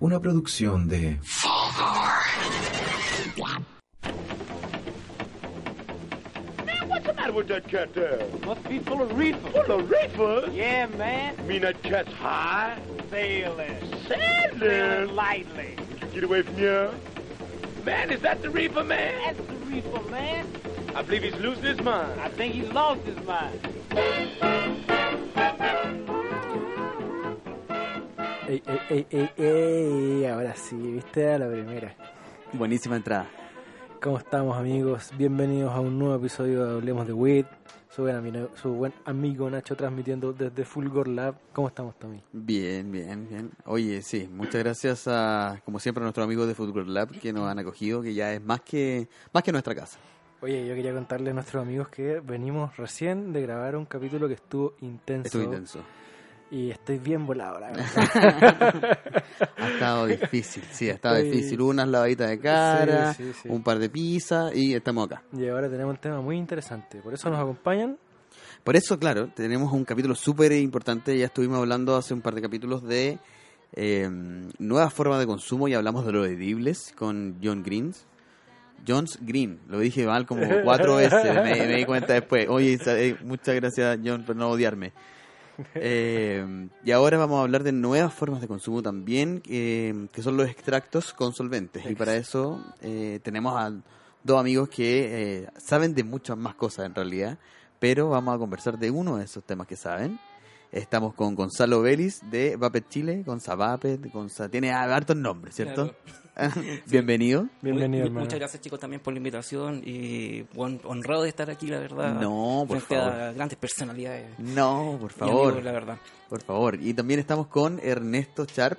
Una producción de... Man, what's the matter with that cat there? Must be full of reefer. Full of reefers? Yeah, man. mean that cat's high? Sail it. Sail it Sanders! lightly. Get away from here. Man, is that the reefer, man? That's the reefer, man. I believe he's losing his mind. I think he's lost his mind. Ey, ey, ey, ey, ey, ahora sí, viste a la primera. Buenísima entrada. ¿Cómo estamos amigos? Bienvenidos a un nuevo episodio de Hablemos de WIT. Su buen, ami- su buen amigo Nacho transmitiendo desde Fulgor Lab. ¿Cómo estamos Tommy? Bien, bien, bien. Oye, sí, muchas gracias a, como siempre, a nuestros amigos de Football Lab que nos han acogido, que ya es más que más que nuestra casa. Oye, yo quería contarle a nuestros amigos que venimos recién de grabar un capítulo que estuvo intenso. Estuvo intenso. Y estoy bien volado, la verdad. Ha estado difícil, sí, ha estado Estoy- difícil. Unas lavaditas de cara, Sí, sí, sí. un par de pizzas y estamos acá. Y ahora tenemos un tema muy interesante. Por eso nos acompañan. Por eso, claro, tenemos un capítulo súper importante. Ya estuvimos hablando hace un par de capítulos de eh, nuevas formas de consumo y hablamos de los edibles con John Greens. John's Green, lo dije mal como cuatro veces, me, me di cuenta después. Oye, sa- eh, muchas gracias John por no odiarme. Eh, y ahora vamos a hablar de nuevas formas de consumo también, eh, que son los extractos con solventes. Y para eso eh, tenemos a dos amigos que eh, saben de muchas más cosas en realidad, pero vamos a conversar de uno de esos temas que saben. Estamos con Gonzalo Vélez de Vapet Chile, Gonza Vapet, Gonza... Tiene ah, hartos nombres, ¿cierto? Bienvenido. Bienvenido, Mu- hermano. Muchas gracias chicos también por la invitación y bueno, honrado de estar aquí, la verdad. No, por frente a favor. grandes personalidades. y No, por amigos, favor. la verdad. Por favor. Y también estamos con Ernesto Sharp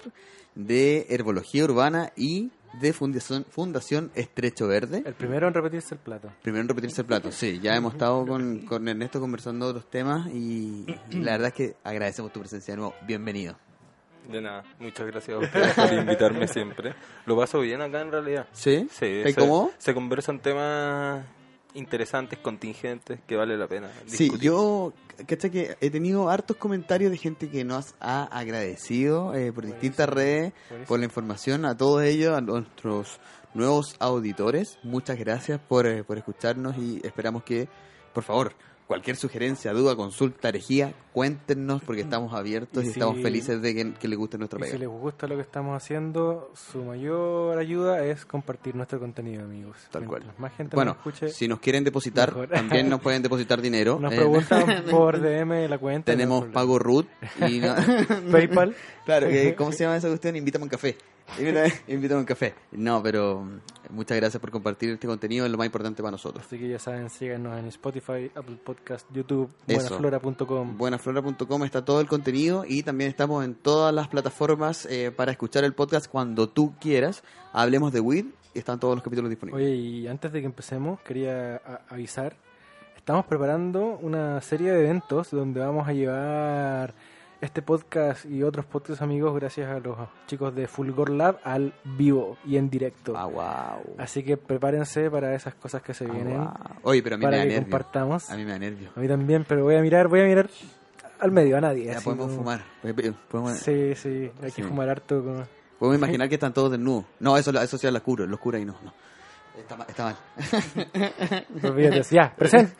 de Herbología Urbana y de Fundación, Fundación Estrecho Verde. El primero en repetirse el plato. Primero en repetirse el plato, sí. Ya hemos estado con, con Ernesto conversando otros temas y la verdad es que agradecemos tu presencia de nuevo. Bienvenido. De nada, muchas gracias a ustedes por invitarme siempre. Lo paso bien acá en realidad. ¿Sí? Sí, ¿Estás se, cómodo? se conversan temas interesantes, contingentes, que vale la pena. Sí, discutir. yo, ¿cachai? Que he tenido hartos comentarios de gente que nos ha agradecido eh, por distintas redes, por la información, a todos ellos, a nuestros nuevos auditores. Muchas gracias por, eh, por escucharnos y esperamos que, por favor, cualquier sugerencia, duda, consulta, herejía, cuéntenos Mm. porque estamos abiertos Y y, si- estamos felices de que, que les guste nuestro Y si pega. les gusta lo que estamos haciendo, su mayor ayuda es compartir nuestro contenido, amigos. Tal cual. Mientras más gente Bueno, nos escuche, si nos quieren depositar, mejor. también nos pueden depositar dinero. nos Eh, preguntan por DM la cuenta. tenemos no hay pago root y no- problema. PayPal. Claro, que, ¿cómo se llama esa cuestión? Invítame un café. Invítame, invítame un café. No, pero mm, muchas gracias por compartir este contenido, es lo más importante para nosotros. Así que ya saben, síganos en Spotify, Apple Podcast, YouTube, Eso. buenaflora.com. Buenaflora.com está todo el contenido y también estamos en todas las plataformas eh, para escuchar el podcast cuando tú quieras. Hablemos de WID, están todos los capítulos disponibles. Oye, y antes de que empecemos, quería a- avisar. Estamos preparando una serie de eventos donde vamos a llevar este podcast y otros podcasts amigos gracias a los chicos de Fulgor Lab al vivo y en directo. Ah, wow. Así que prepárense para esas cosas que se Ah, vienen. wow. Oye, pero a mí me para da que nervio. compartamos. A mí me da nervio. A mí también, pero voy a mirar, voy a mirar al medio, a nadie. Ya así podemos como- fumar. Podemos, Sí, sí, hay que Sí. fumar harto. Como... podemos imaginar que están todos desnudos. No, eso, eso sí es la cura, los cura y no, no. Está mal. Está mal. Olvídate, Ya, presente.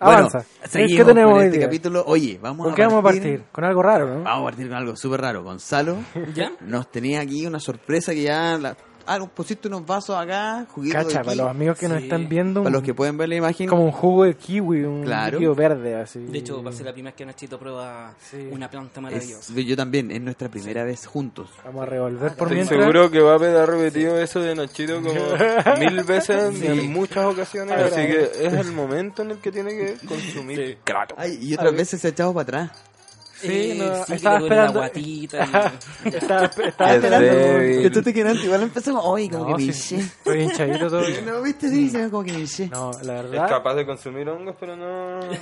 Avanza. Bueno, ¿Qué seguimos tenemos con hoy este día? capítulo. Oye, vamos ¿Con qué vamos a partir? Con algo raro, ¿no? Vamos a partir con algo súper raro. Gonzalo ¿Ya? nos tenía aquí una sorpresa que ya... La... Ah, nos pusiste unos vasos acá, juguitos de Cacha, para kiwi. los amigos que nos Sí. están viendo, Para un- los que pueden ver la imagen. como un jugo de kiwi, un Claro. líquido verde, así. De hecho, va a ser la primera vez que Nachito prueba Sí. una planta es- maravillosa. yo también, es nuestra primera vez juntos. Vamos a revolver por Estoy mientras. seguro que va a haber repetido eso de Nachito como mil veces en muchas ocasiones. Así que es el momento en el que tiene que consumir. Claro. Ay, y otras veces se ha echado para atrás. Sí, Eh, no, sí, que estaba le duele la esperando. guatita. y- Estaba, estaba Es Ah, esperando. débil. Yo estoy quedando, igual empezamos. Ay, como No, que me sí, hinché. estoy hinchadito todavía. No, viste, sí, se ve como que me hinché. No, la Es verdad. capaz de consumir hongos, pero no. que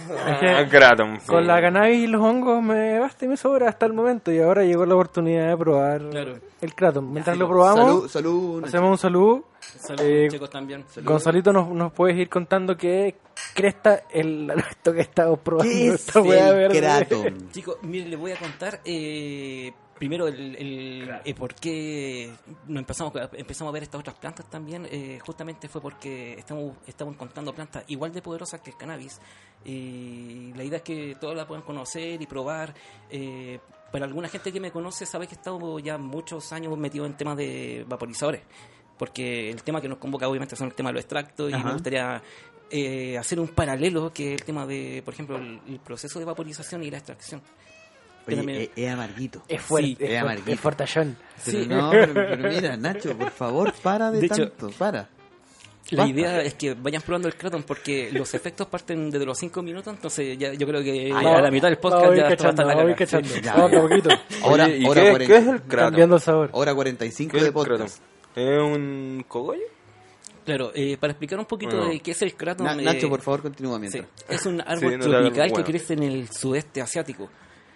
Ah, Kratom. Con la cannabis y los hongos me basta y me sobra hasta el momento y ahora llegó la oportunidad de probar Claro. el Kratom. Mientras lo Salud, probamos, salud. hacemos un saludo. Saludos Eh, chicos también. Gonzalito, nos, nos puedes ir contando qué, cresta el esto que he estado probando. ¿Qué es esta weá el verde? Kratom? Chicos, mire, les voy a contar eh, primero el, el- eh, por qué no empezamos, empezamos a ver estas otras plantas también. eh, justamente fue porque estamos, estamos encontrando plantas igual de poderosas que el cannabis. Y Eh, la idea es que todas las puedan conocer y probar. eh, para alguna gente que me conoce sabe que he estado ya muchos años metido en temas de vaporizadores. Porque el tema que nos convoca obviamente son el tema de los extractos y Ajá. me gustaría eh, hacer un paralelo que es el tema de, por ejemplo, el, el proceso de vaporización y la extracción. Oye, Espérame. es, es amarguito. Es fuerte, Sí, es, es fuerte, amarguito. es fortallón. Pero sí. no, pero, pero mira, Nacho, por favor, para de, De hecho, tanto, para. La Basta. idea es que vayan probando el Kratom porque los efectos parten desde los 5 minutos, entonces ya, yo creo que Ah, a ya. la mitad del Vamos podcast a ir ya esto va a cachando, estar la vamos a ir caga, sí. cachando. Ya, Vamos de ya. a poquito. Hora, Oye, ¿y hora, qué, 40 qué es el Cambiando cráneo? el sabor. hora 45 ¿Qué es de el cráneo? podcast. ¿Es un cogollo? Claro, eh, para explicar un poquito Bueno. de qué es el Kratom. Na- eh, Nacho, por favor, continúa sí, mientras. es un Sí, árbol no te hagas tropical el que huevo. crece en el sudeste asiático.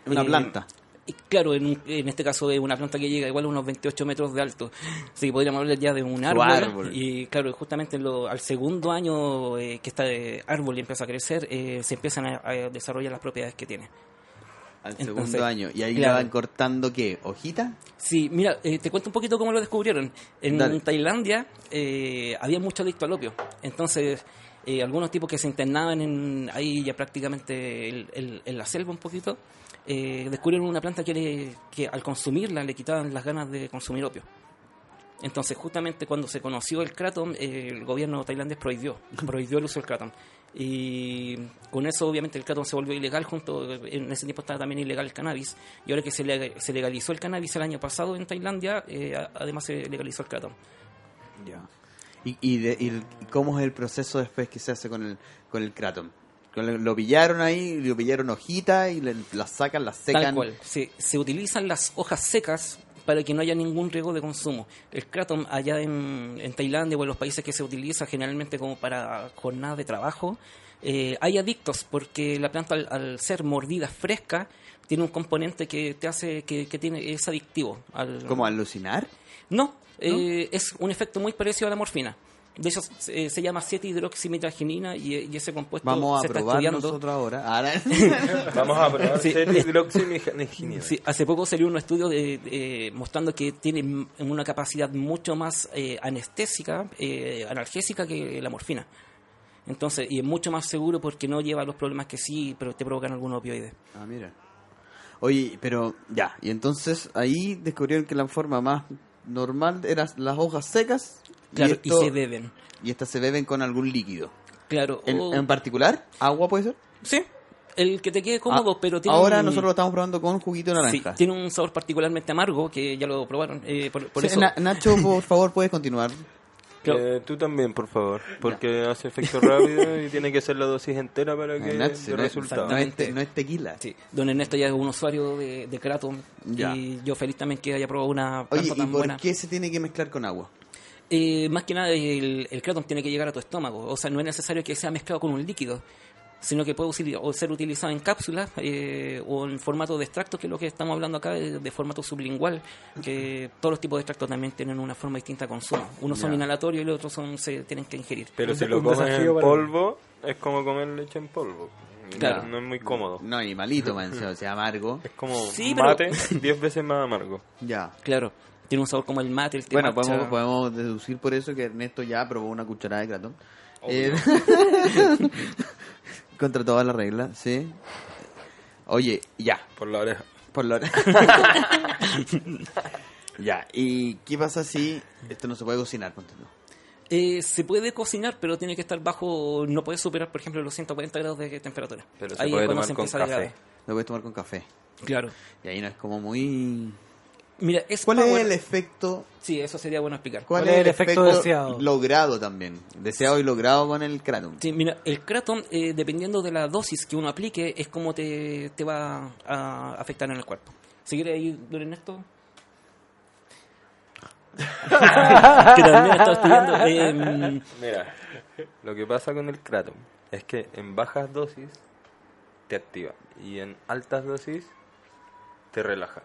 Una Eh, planta. Y claro, en, un- en este caso es una planta que llega igual a unos 28 metros de alto. Así que podríamos hablar ya de un árbol. árbol. Y claro, justamente en lo- al segundo año eh, que este árbol empieza a crecer, eh, se empiezan a, a desarrollar las propiedades que tiene. Al segundo entonces, año. Y ahí la claro. van cortando, ¿qué? ¿Hojita? Sí, mira, eh, te cuento un poquito cómo lo descubrieron. En Dale. Tailandia eh, había mucho adicto al opio. Entonces, eh, algunos tipos que se internaban en, ahí ya prácticamente el- el- en la selva un poquito, eh, descubrieron una planta que, le- que al consumirla le quitaban las ganas de consumir opio. Entonces, justamente cuando se conoció el kratom, eh, el gobierno tailandés prohibió, prohibió el uso del kratom. Y con eso, obviamente, el kratom se volvió ilegal, junto en ese tiempo estaba también ilegal el cannabis. Y ahora que se, lega- se legalizó el cannabis el año pasado en Tailandia, eh, a- además se legalizó el kratom. Ya. ¿Y, y, de- y el- y cómo es el proceso después que se hace con el, con el Kratom? Con el- lo pillaron ahí, lo pillaron hojita y le- las sacan, las secan. Tal cual. Se, se utilizan las hojas secas para que no haya ningún riesgo de consumo. El kratom allá en, en Tailandia o en los países que se utiliza generalmente como para jornadas de trabajo, eh, hay adictos porque la planta al, al ser mordida fresca tiene un componente que te hace que, que tiene es adictivo. Al, ¿Cómo alucinar? No, eh, es un efecto muy parecido a la morfina. De hecho, se, se llama 7-hidroximitragenina y, y ese compuesto Vamos se a está probar estudiando. nosotros ahora. Ah, Ahora- Vamos a probar. Sí. Cetrihidroximigenina. Sí, hace poco salió un estudio de- de- mostrando que tiene m- una capacidad mucho más eh, anestésica, eh, analgésica que la morfina. Entonces, y es mucho más seguro porque no lleva los problemas que sí, pero te provocan algunos opioides. Ah, mira. Oye, pero ya. Y entonces ahí descubrieron que la forma más normal eran las hojas secas. Claro, y, esto- se beben. Y estas se beben con algún líquido. Claro. En, o- en particular, agua puede ser. sí, el que te quede cómodo, Ah, pero tiene ahora un, nosotros lo estamos probando con juguito de sí, naranja. tiene un sabor particularmente amargo que ya lo probaron. eh, por, por Sí, eso, Na- Nacho, por favor, puedes continuar. claro, Eh, tú también, por favor, porque hace efecto rápido y tiene que ser la dosis entera para que Nacho, dé Eh, no, es- resultado. no es te- no es tequila. sí, don Ernesto ya es un usuario de, de Kratom Ya. y yo feliz también que haya probado una planta Oye, ¿y tan por buena. qué se tiene que mezclar con agua? Eh, más que nada, el, el Kratom tiene que llegar a tu estómago. O sea, no es necesario que sea mezclado con un líquido, sino que puede usil- o ser utilizado en cápsulas eh, o en formato de extracto, que es lo que estamos hablando acá, eh, de, de formato sublingual, que todos los tipos de extractos también tienen una forma distinta de consumo. Unos son Ya. inhalatorios y los otros son, se tienen que ingerir. Pero Un- si lo un comes en desafío para mí. polvo, es como comer leche en polvo. Claro. No es muy Oh. cómodo. No, y malito, man, o sea, amargo. Es como Sí, pero- mate 10 veces más amargo. Ya. Claro, tiene un sabor como el mate, el té Bueno, matcha. podemos, podemos deducir por eso que Ernesto ya probó una cucharada de cratón. Eh, contra todas las reglas, sí. Oye, ya, Por la oreja. por la Ya, ¿y qué pasa si esto no se puede cocinar? ponte tú? Eh, se puede cocinar, pero tiene que estar bajo, no puede superar, por ejemplo, los 140 grados de temperatura. Pero se Ahí puede es cuando tomar se con empieza a café. degradar. Lo puedes tomar con café. Claro. Y ahí no es como muy... Ah, Mira, es ¿Cuál es power- el efecto Sí, eso sería bueno explicar. ¿Cuál, es el efecto, deseado? logrado también? Deseado y logrado con el Kratom. Sí, mira, el Kratom, eh, dependiendo de la dosis que uno aplique, es como te, te va a afectar en el cuerpo. Si quieres ir, don Ernesto. que también estaba estudiando. eh, Mira, lo que pasa con el kratom es que en bajas dosis te activa y en altas dosis te relaja.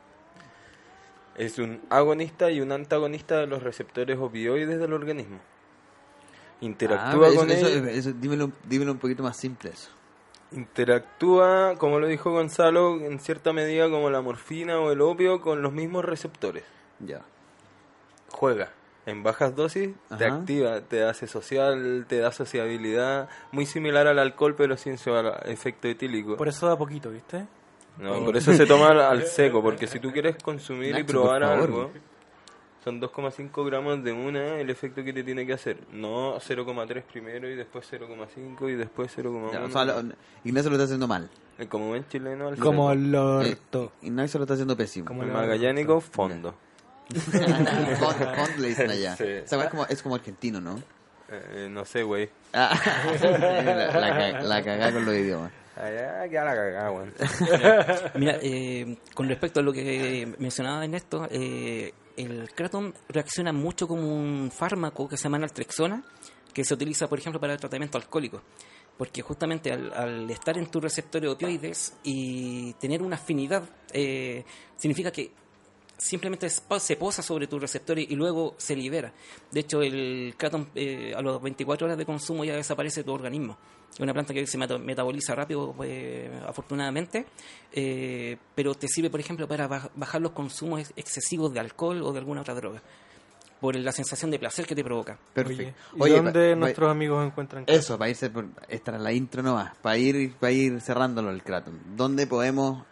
Es un agonista y un antagonista de los receptores opioides del organismo. Ah, interactúa eso- con eso- ellos. eso- dímelo, dímelo un poquito más simple eso. Interactúa, como lo dijo Gonzalo, en cierta medida como la morfina o el opio con los mismos receptores. Ya. Juega. En bajas dosis te Ajá. activa, te hace social, te da sociabilidad, muy similar al alcohol pero sin su al- efecto etílico. Por eso da poquito, ¿viste? No, por eso se toma al- al seco, porque si tú quieres consumir y Oh. Nacho, probar por favor. algo, son 2,5 gramos de una el efecto que te tiene que hacer. No 0,3 primero y después 0,5 y después 0,1. Ya, o sea, lo- Ignacio lo está haciendo mal. Eh, Como buen chileno, al Como fondo. el Eh, orto. Ignacio lo está haciendo pésimo. Como el la- magallánico, fondo. Con- con Leisner allá. Sí. Esa weá es como, es como argentino, ¿no? Eh, eh, no sé, güey. Ah, la, la, ca- la cagá con los idiomas. Allá ya la cagada, güey. Mira, eh, con respecto a lo que mencionaba Ernesto, eh, el Kratom reacciona mucho como un fármaco que se llama naltrexona, que se utiliza, por ejemplo, para el tratamiento alcohólico. Porque justamente al, al estar en tu receptor de opioides y tener una afinidad, eh, significa que simplemente es- se posa sobre tu receptor y, y luego se libera. De hecho, el kratom eh, a las 24 horas de consumo ya desaparece de tu organismo. Es una planta que se meta- metaboliza rápido, eh, afortunadamente, eh, pero te sirve, por ejemplo, para baj- bajar los consumos ex- excesivos de alcohol o de alguna otra droga, por la sensación de placer que te provoca. Perfecto. ¿Y Oye, dónde pa- pa- nuestros amigos encuentran cosas? Eso, para irse por, esta era la intro nomás, para ir, para ir cerrándolo el Kratom. ¿Dónde podemos,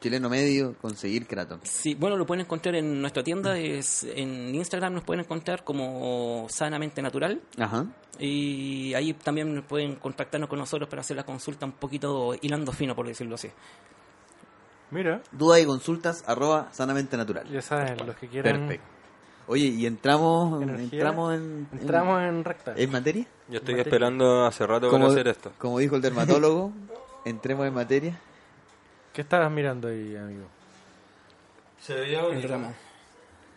chileno medio, conseguir Kratom? Sí, bueno, lo pueden encontrar en nuestra tienda, es, en Instagram nos pueden encontrar como Sanamente Natural, Ajá. Y ahí también pueden contactarnos con nosotros para hacer la consulta un poquito hilando fino, por decirlo así. Mira, Dudas y consultas, arroba sanamente natural. ya saben, los que quieran. Perfecto. Oye, ¿y entramos, Energía. entramos en, en- Entramos en recta. en materia? Yo estoy esperando hace rato para hacer esto. como dijo el dermatólogo, entremos en materia. ¿Qué estabas mirando ahí, amigo? Se veía bonita.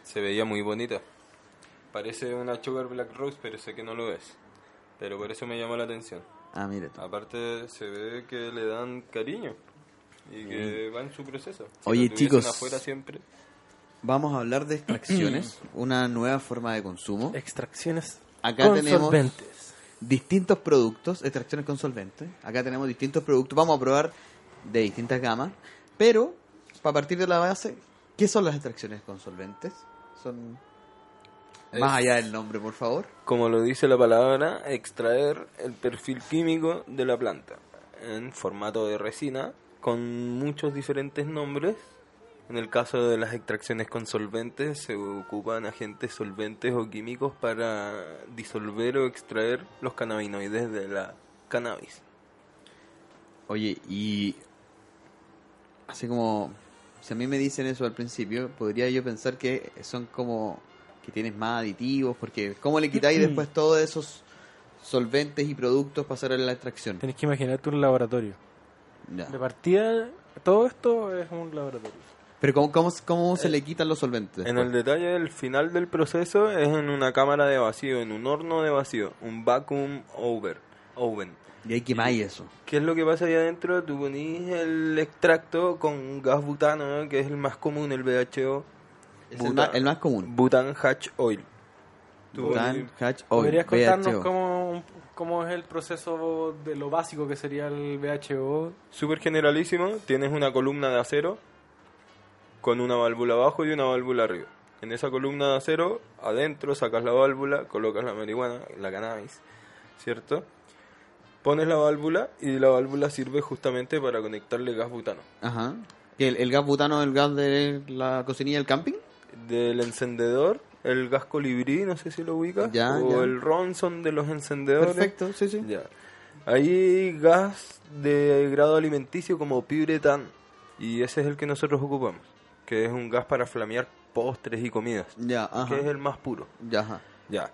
Se veía muy bonita. Parece una Sugar Black Rose, pero sé que no lo es. Pero por eso me llamó la atención. Ah, mire tú. Aparte se ve que le dan cariño y que va en su proceso. Mm. Si Oye, lo tuviesen chicos. afuera siempre. Vamos a hablar de extracciones, una nueva forma de consumo. Extracciones Acá con tenemos- solventes. distintos productos, extracciones con solvente. Acá tenemos distintos productos, vamos a probar de distintas gamas, pero para partir de la base, ¿qué son las extracciones con solventes? Son más allá del nombre, por favor. Como lo dice la palabra, extraer el perfil químico de la planta en formato de resina con muchos diferentes nombres. En el caso de las extracciones con solventes, se ocupan agentes solventes o químicos para disolver o extraer los cannabinoides de la cannabis. Oye, y así como si a mí me dicen eso al principio, podría yo pensar que son como que tienes más aditivos, porque ¿cómo le quitáis Mm. después todos esos solventes y productos pasar a la extracción? Tenés que imaginarte un laboratorio. Ya. De partida, todo esto es un laboratorio. Pero ¿cómo, cómo, cómo se le quitan los solventes? Eh, En el detalle del final del proceso es en una cámara de vacío, en un horno de vacío, un vacuum over, oven. Y hay que más eso. ¿Qué es lo que pasa ahí adentro? Tú ponís el extracto con gas butano, ¿no? que es el más común, el BHO. Es Buta- el más, el más común. Butan Hatch Oil. Tú Butan, ponís- Hatch, Oil, ¿Podrías contarnos BHO. cómo, cómo es el proceso de lo básico que sería el BHO? Súper generalísimo, tienes una columna de acero con una válvula abajo y una válvula arriba. En esa columna de acero, adentro sacas la válvula, colocas la marihuana, la cannabis, ¿cierto? Pones la válvula y la válvula sirve justamente para conectarle gas butano. Ajá. ¿Que el, el gas butano es el gas de la cocinilla del camping? Del encendedor, el gas colibrí, no sé si lo ubicas, Ya, o ya. el Ronson de los encendedores. Perfecto, sí, sí. ¿eh? Ya. Hay gas de grado alimenticio como piuretán y ese es el que nosotros ocupamos, que es un gas para flamear postres y comidas, Ya, ajá. que es el más puro. Ya, ajá. Ya.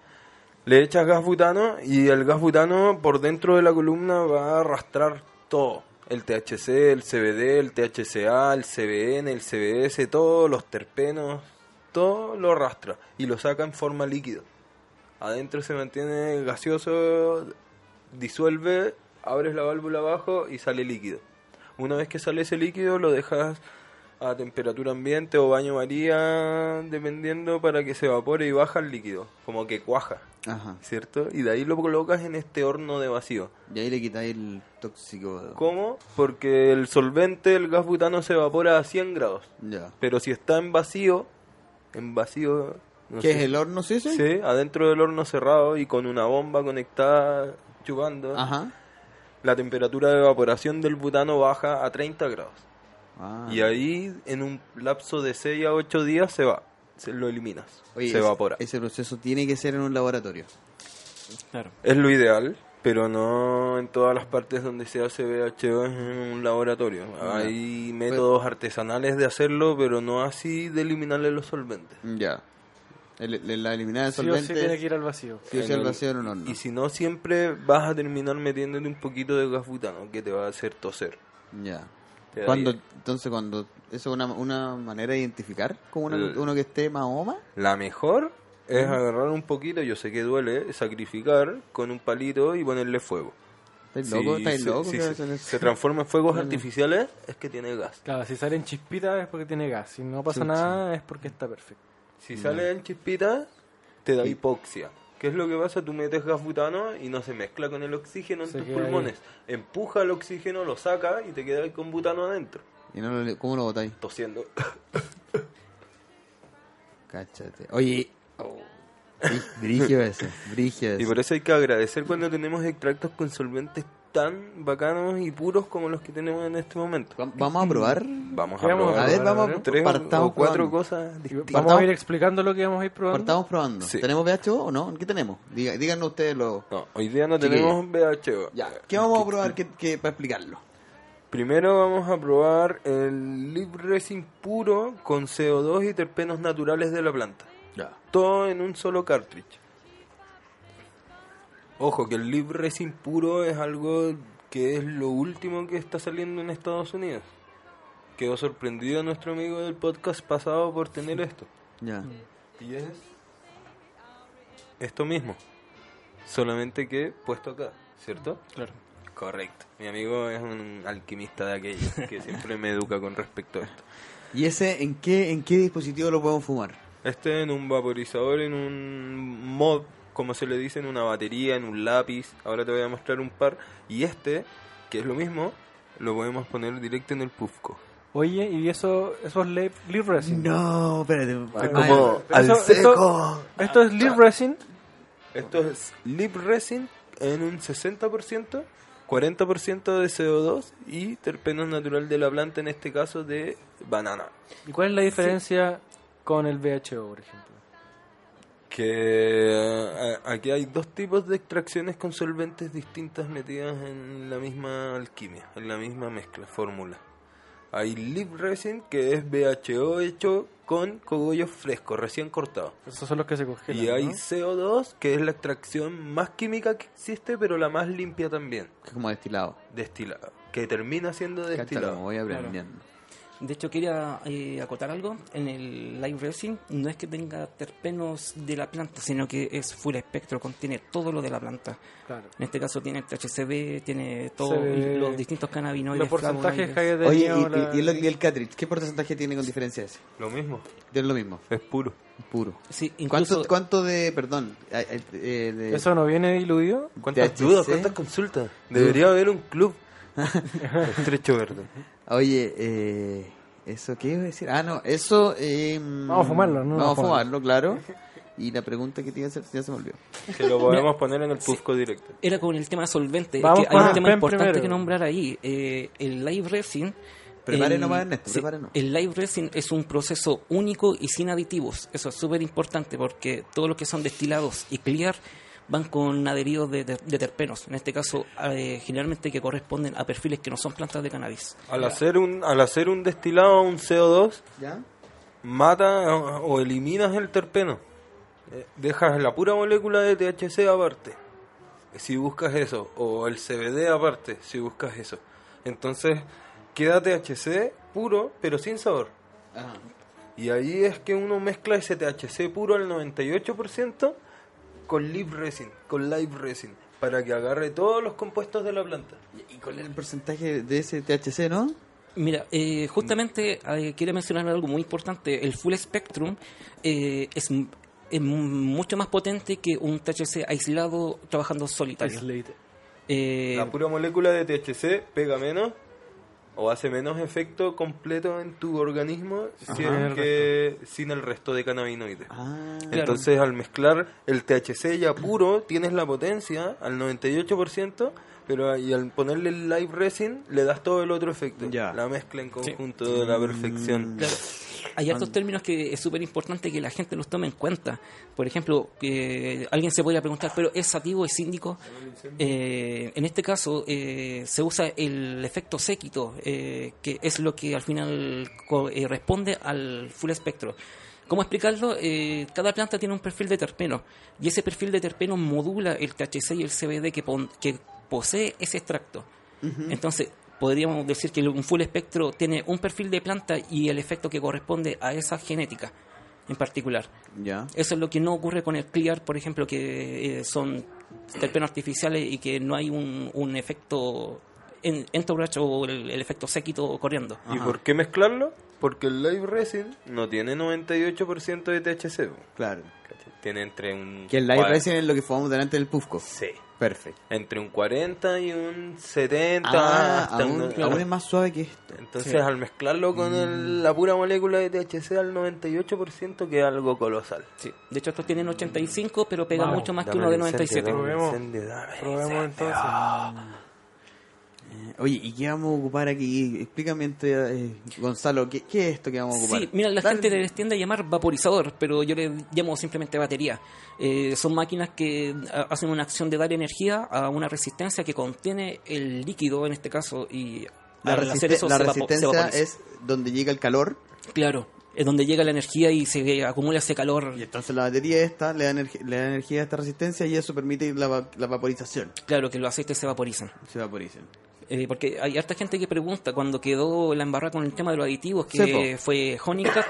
Le echas gas butano y el gas butano por dentro de la columna va a arrastrar todo. El THC, el CBD, el THCA, el CBN, el CBS, todos los terpenos, todo lo arrastra y lo saca en forma líquida. Adentro se mantiene gaseoso, disuelve, abres la válvula abajo y sale líquido. Una vez que sale ese líquido lo dejas a temperatura ambiente o baño María, dependiendo para que se evapore y baja el líquido, como que cuaja, Ajá. ¿cierto? Y de ahí lo colocas en este horno de vacío. Y ahí le quitáis el tóxico. ¿Cómo? Porque el solvente, el gas butano, se evapora a 100 grados. Ya. Pero si está en vacío, en vacío... no ¿Qué sé, es el horno, sí, sí? Sí, adentro del horno cerrado y con una bomba conectada chupando, Ajá. la temperatura de evaporación del butano baja a 30 grados. Ah. Y ahí, en un lapso de 6 a 8 días, se va. Se lo eliminas. Oye, se es- evapora. Es, Ese proceso tiene que ser en un laboratorio. Claro. lo ideal, pero no en todas las partes donde se hace VHO es en un laboratorio. Ah. Hay métodos artesanales de hacerlo, pero no así de eliminarle los solventes. Ya. El- el- la eliminada de Sí o sí solvente. tiene que ir al vacío. sí o sí En al el- vacío en un horno. Y si no, siempre vas a terminar metiéndote un poquito de gas butano que te va a hacer toser. Ya. Te da Cuando, ahí. entonces, cuando eso es una, una manera de identificar como una- El- uno que esté mahoma. La mejor es Mm. agarrar un poquito, yo sé que duele, sacrificar con un palito y ponerle fuego. ¿Estáis loco? Si ¿Estáis se- loco? si ¿Qué se, hacen eso? se transforma en fuegos artificiales, es que tiene gas. Claro, si salen chispitas es porque tiene gas. Si no pasa Chucha. nada es porque está perfecto. Si sale en chispita, te da hipoxia. ¿Qué es lo que pasa? Tú metes gas butano y no se mezcla con el oxígeno en Se tus queda ahí. pulmones. Empuja el oxígeno, lo saca y te quedas con butano adentro. ¿Y no lo- ¿Cómo lo botáis? Tosiendo. Cáchate. Oye. oh, brí- Brigio ese. Brigio ese. Y por eso hay que agradecer cuando tenemos extractos con solventes tan bacanos y puros como los que tenemos en este momento. Va- Vamos a probar. Vamos Vamos a a probar. A ver, vamos a tres partamos o cuatro probando. cosas Y distintas. Vamos a ir explicando lo que vamos a ir probando. Partamos probando. Sí. ¿Tenemos VHO o no? ¿Qué tenemos? Diga- díganos ustedes lo. No, hoy día no Chiquillo. tenemos VHO. Ya. ¿Qué vamos a probar que, que- para explicarlo? Primero vamos a probar el lip resin puro con CO2 y terpenos naturales de la planta. Ya. Todo en un solo cartridge. Ojo, que el lip resin puro es algo que es lo último que está saliendo en Estados Unidos. Quedó sorprendido nuestro amigo del podcast pasado por tener esto. Ya. Y es esto mismo, solamente que puesto acá, ¿cierto? Claro. Correcto. Mi amigo es un alquimista de aquellos que siempre me educa con respecto a esto. ¿Y ese en qué, en qué dispositivo lo podemos fumar? Este en un vaporizador, en un mod, como se le dice, en una batería, en un lápiz. Ahora te voy a mostrar un par. Y este, que es lo mismo, lo podemos poner directo en el pufco. Oye, y eso, eso es lip, lip resin. No, espérate. Es Ay, como Pero al eso- seco. Esto es lip resin. Esto es lip resin en un 60%, 40% de CO2 y terpenos natural de la planta, en este caso de banana. ¿Y cuál es la diferencia con el VHO, por ejemplo? Que eh, aquí hay dos tipos de extracciones con solventes distintas metidas en la misma alquimia, en la misma mezcla, fórmula. Hay lip resin que es BHO hecho con cogollos frescos, recién cortados. Esos son los que se congelan. Y hay ¿no? CO2 que es la extracción más química que existe, pero la más limpia también, que es como destilado. destilado, que termina siendo Cáchalo, destilado. como voy aprendiendo. De hecho, quería eh, acotar algo. En el live resin no es que tenga terpenos de la planta, sino que es full espectro, contiene todo lo de la planta. Claro. En este caso tiene el THCB, tiene todos CBD. los distintos cannabinoides. Los porcentajes flavonoides. que hay de Oye, y, y- y el, y el cartridge, ¿qué porcentaje tiene con diferencia ese? Lo mismo, Es lo mismo, es puro. puro. Sí, incluso ¿Cuánto, ¿Cuánto de, perdón, ay, ay, eh, de- ¿Eso no viene diluido? ¿Cuántas THC? dudas, cuántas consultas? Debería haber un club. Estrecho verde. Oye, eh, ¿eso qué iba a decir? Ah, no, eso... eh, Vamos a fumarlo, ¿no? Vamos a Vamos a fumarlo, claro. Y la pregunta que te iba a hacer ya se me olvidó. Que lo podemos poner en el pufco directo. era con el tema solvente. Es Vamos que con hay un el tema pen importante primero. que nombrar ahí. Eh, el live resin. Prepare el- nomás, Ernesto, prepare nomás. El live resin es un proceso único y sin aditivos. Eso es súper importante porque todos los que son destilados y clear van con adheridos de, de- de terpenos. En este caso, eh, generalmente que corresponden a perfiles que no son plantas de cannabis. Al hacer un, al hacer un destilado, un CO2, ¿Ya? mata o, o eliminas el terpeno. Eh, Dejas la pura molécula de THC aparte, si buscas eso, o el CBD aparte, si buscas eso. Entonces queda THC puro, pero sin sabor. Ajá. Y ahí es que uno mezcla ese THC puro al 98% con live resin, con live resin, para que agarre todos los compuestos de la planta. ¿Y y cuál es el porcentaje de ese THC, no? Mira, eh, justamente eh, quiero mencionar algo muy importante. El Full Spectrum eh, es, m- es mucho más potente que un THC aislado trabajando solitario. Isolate. Eh, La pura molécula de THC pega menos o hace menos efecto completo en tu organismo sin, Sin que, sin el resto de cannabinoides. Ah, Entonces, al mezclar el THC ya puro, tienes la potencia al 98%, pero y al ponerle el live resin, le das todo el otro efecto. Ya. La mezcla en Sí. conjunto de la perfección. Claro. Hay otros términos que es súper importante que la gente los tome en cuenta. Por ejemplo, que alguien se podría preguntar, ¿pero es sativo, es síndico? Eh, en este caso, eh, se usa el efecto séquito, eh, que es lo que al final co- eh, responde al full espectro. ¿Cómo explicarlo? Eh, cada planta tiene un perfil de terpeno y ese perfil de terpeno modula el THC y el CBD que, pon- que posee ese extracto. Entonces, podríamos decir que un full espectro tiene un perfil de planta y el efecto que corresponde a esa genética en particular. Ya. Eso es lo que no ocurre con el clear, por ejemplo, que eh, son terpenos artificiales y que no hay un, un efecto en, entourage o el, el efecto séquito corriendo. ¿Y por qué mezclarlo? Porque el live resin no tiene 98% de THC. po. Claro. ¿Cachai? Tiene entre un... Que el live cua- resin es lo que fumamos delante del Pufco. Sí. Perfecto. Entre un 40 y un 70. Ah, hasta aún, un- aún es más suave que este. esto. Entonces, al mezclarlo con Mm. el- la pura molécula de THC al 98% queda algo colosal. Sí. De hecho, estos tienen 85, pero pega Vamos, mucho más que Dame uno de el incendio, 97. dame el Probemos. incendio, dame el Probemos entonces. Eh, Oye, ¿y qué vamos a ocupar aquí? Explícame, ente- eh, Gonzalo, ¿qué, qué es esto que vamos a ocupar? Sí, mira, la Dale. gente les tiende a llamar vaporizador, pero yo le llamo simplemente batería. Eh, son máquinas que a- hacen una acción de dar energía a una resistencia que contiene el líquido, en este caso, y La, al hacer resiste- eso la se vapo- se resistencia vaporiza. es donde llega el calor Claro, es donde llega la energía y se acumula ese calor. y entonces la batería esta le da, energi- le da energía a esta resistencia y eso permite la, va- la vaporización. Claro, que los aceites se vaporizan. Se vaporizan. Eh, porque hay harta gente que pregunta cuando quedó la embarrada con el tema de los aditivos, que Sepo. fue Honeycut,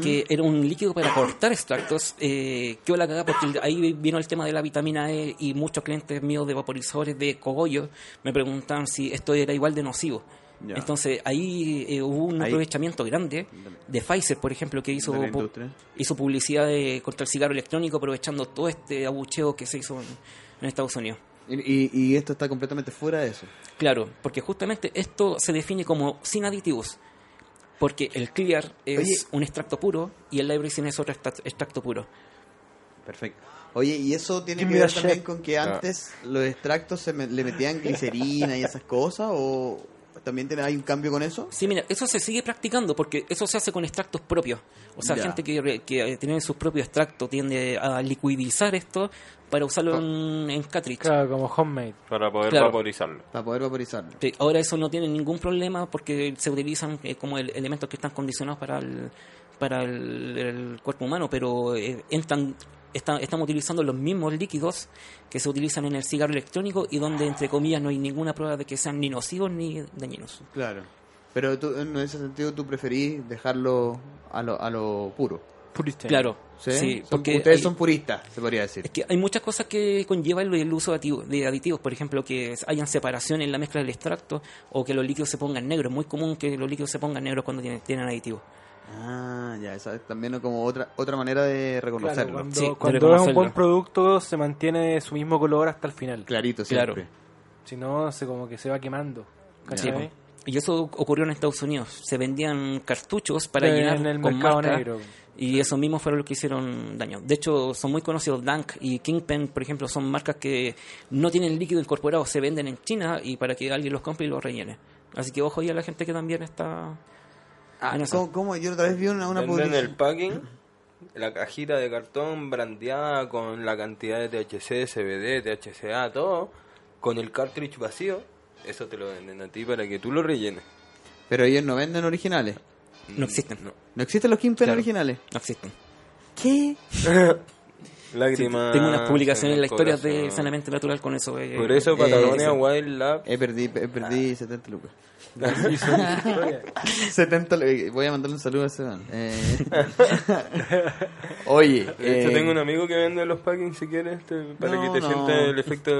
que era un líquido para cortar extractos, eh, quedó la cagada porque ahí vino el tema de la vitamina E y muchos clientes míos de vaporizadores de cogollos me preguntaban si esto era igual de nocivo. Ya. Entonces ahí eh, hubo un Ahí. aprovechamiento grande de Pfizer, por ejemplo, que hizo, De la pu- industria. hizo publicidad de- contra el cigarro electrónico aprovechando todo este abucheo que se hizo en- en Estados Unidos. Y, y- y esto está completamente fuera de eso. Claro, porque justamente esto se define como sin aditivos. Porque el clear es Oye. un extracto puro y el library sin es otro extra- extracto puro. Perfecto. Oye, y eso tiene Give que me ver that también shit. con que antes los extractos se me- le metían glicerina y esas cosas o también tiene- hay un cambio con eso? Sí, mira, eso se sigue practicando porque eso se hace con extractos propios. O sea, Ya. gente que, re- que tiene sus propios extractos tiende a liquidizar esto para Ah. usarlo en, en cartridge. Claro, como homemade. Para poder Claro. vaporizarlo. Para poder vaporizarlo. Sí, Ahora eso no tiene ningún problema porque se utilizan eh, como el- elementos que están condicionados para el, para el, el cuerpo humano, pero eh, entran- está- estamos utilizando los mismos líquidos que se utilizan en el cigarro electrónico y donde, entre comillas, no hay ninguna prueba de que sean ni nocivos ni dañinos. Claro. Pero tú, en ese sentido tú preferís dejarlo a lo, a lo puro. Purista. Claro, ¿sí? sí, Son- porque ustedes hay- son puristas, se podría decir. Es que hay muchas cosas que conlleva el, el uso de ativo- de aditivos, por ejemplo, que hayan separación en la mezcla del extracto o que los líquidos se pongan negros. Es muy común que los líquidos se pongan negros cuando tienen, tienen aditivos. Ah, ya, esa es también como otra otra manera de Claro, reconocerlo. cuando Sí, de cuando es un buen reconocerlo. producto se mantiene su mismo color hasta el final. Clarito, siempre. Si no, se como que se va quemando. Sí, ¿cachai? po. Y eso ocurrió en Estados Unidos. Se vendían cartuchos para En llenar el con mercado marca, negro. Y eso mismo fueron los que hicieron daño. De hecho, son muy conocidos. Dank y Kingpen, por ejemplo, son marcas que no tienen líquido incorporado. Se venden en China y para que alguien los compre y los rellene. Así que ojo ahí a la gente que también está... Ah, en eso. ¿cómo, cómo? Yo otra vez vi una, una Venden publicidad- el packing, la cajita de cartón brandeada con la cantidad de THC, CBD, THCA, todo, con el cartridge vacío. Eso te lo venden a ti para que tú lo rellenes. Pero ellos no venden originales. No existen. No existen los Kingpin Claro. originales. No existen. ¿Qué? Lágrimas. Tengo unas publicaciones en la el historia de corazón. Sanamente Natural con eso. eh, Por eso eh, Patagonia eso. Wild Lab. He perdido, he perdido 70 eh, lucas. 70 lucas. Voy a mandarle un saludo a ese man. Eh, Oye. De hecho, eh, tengo un amigo que vende los packings si quieres, te- para No, que te no. sientas el efecto.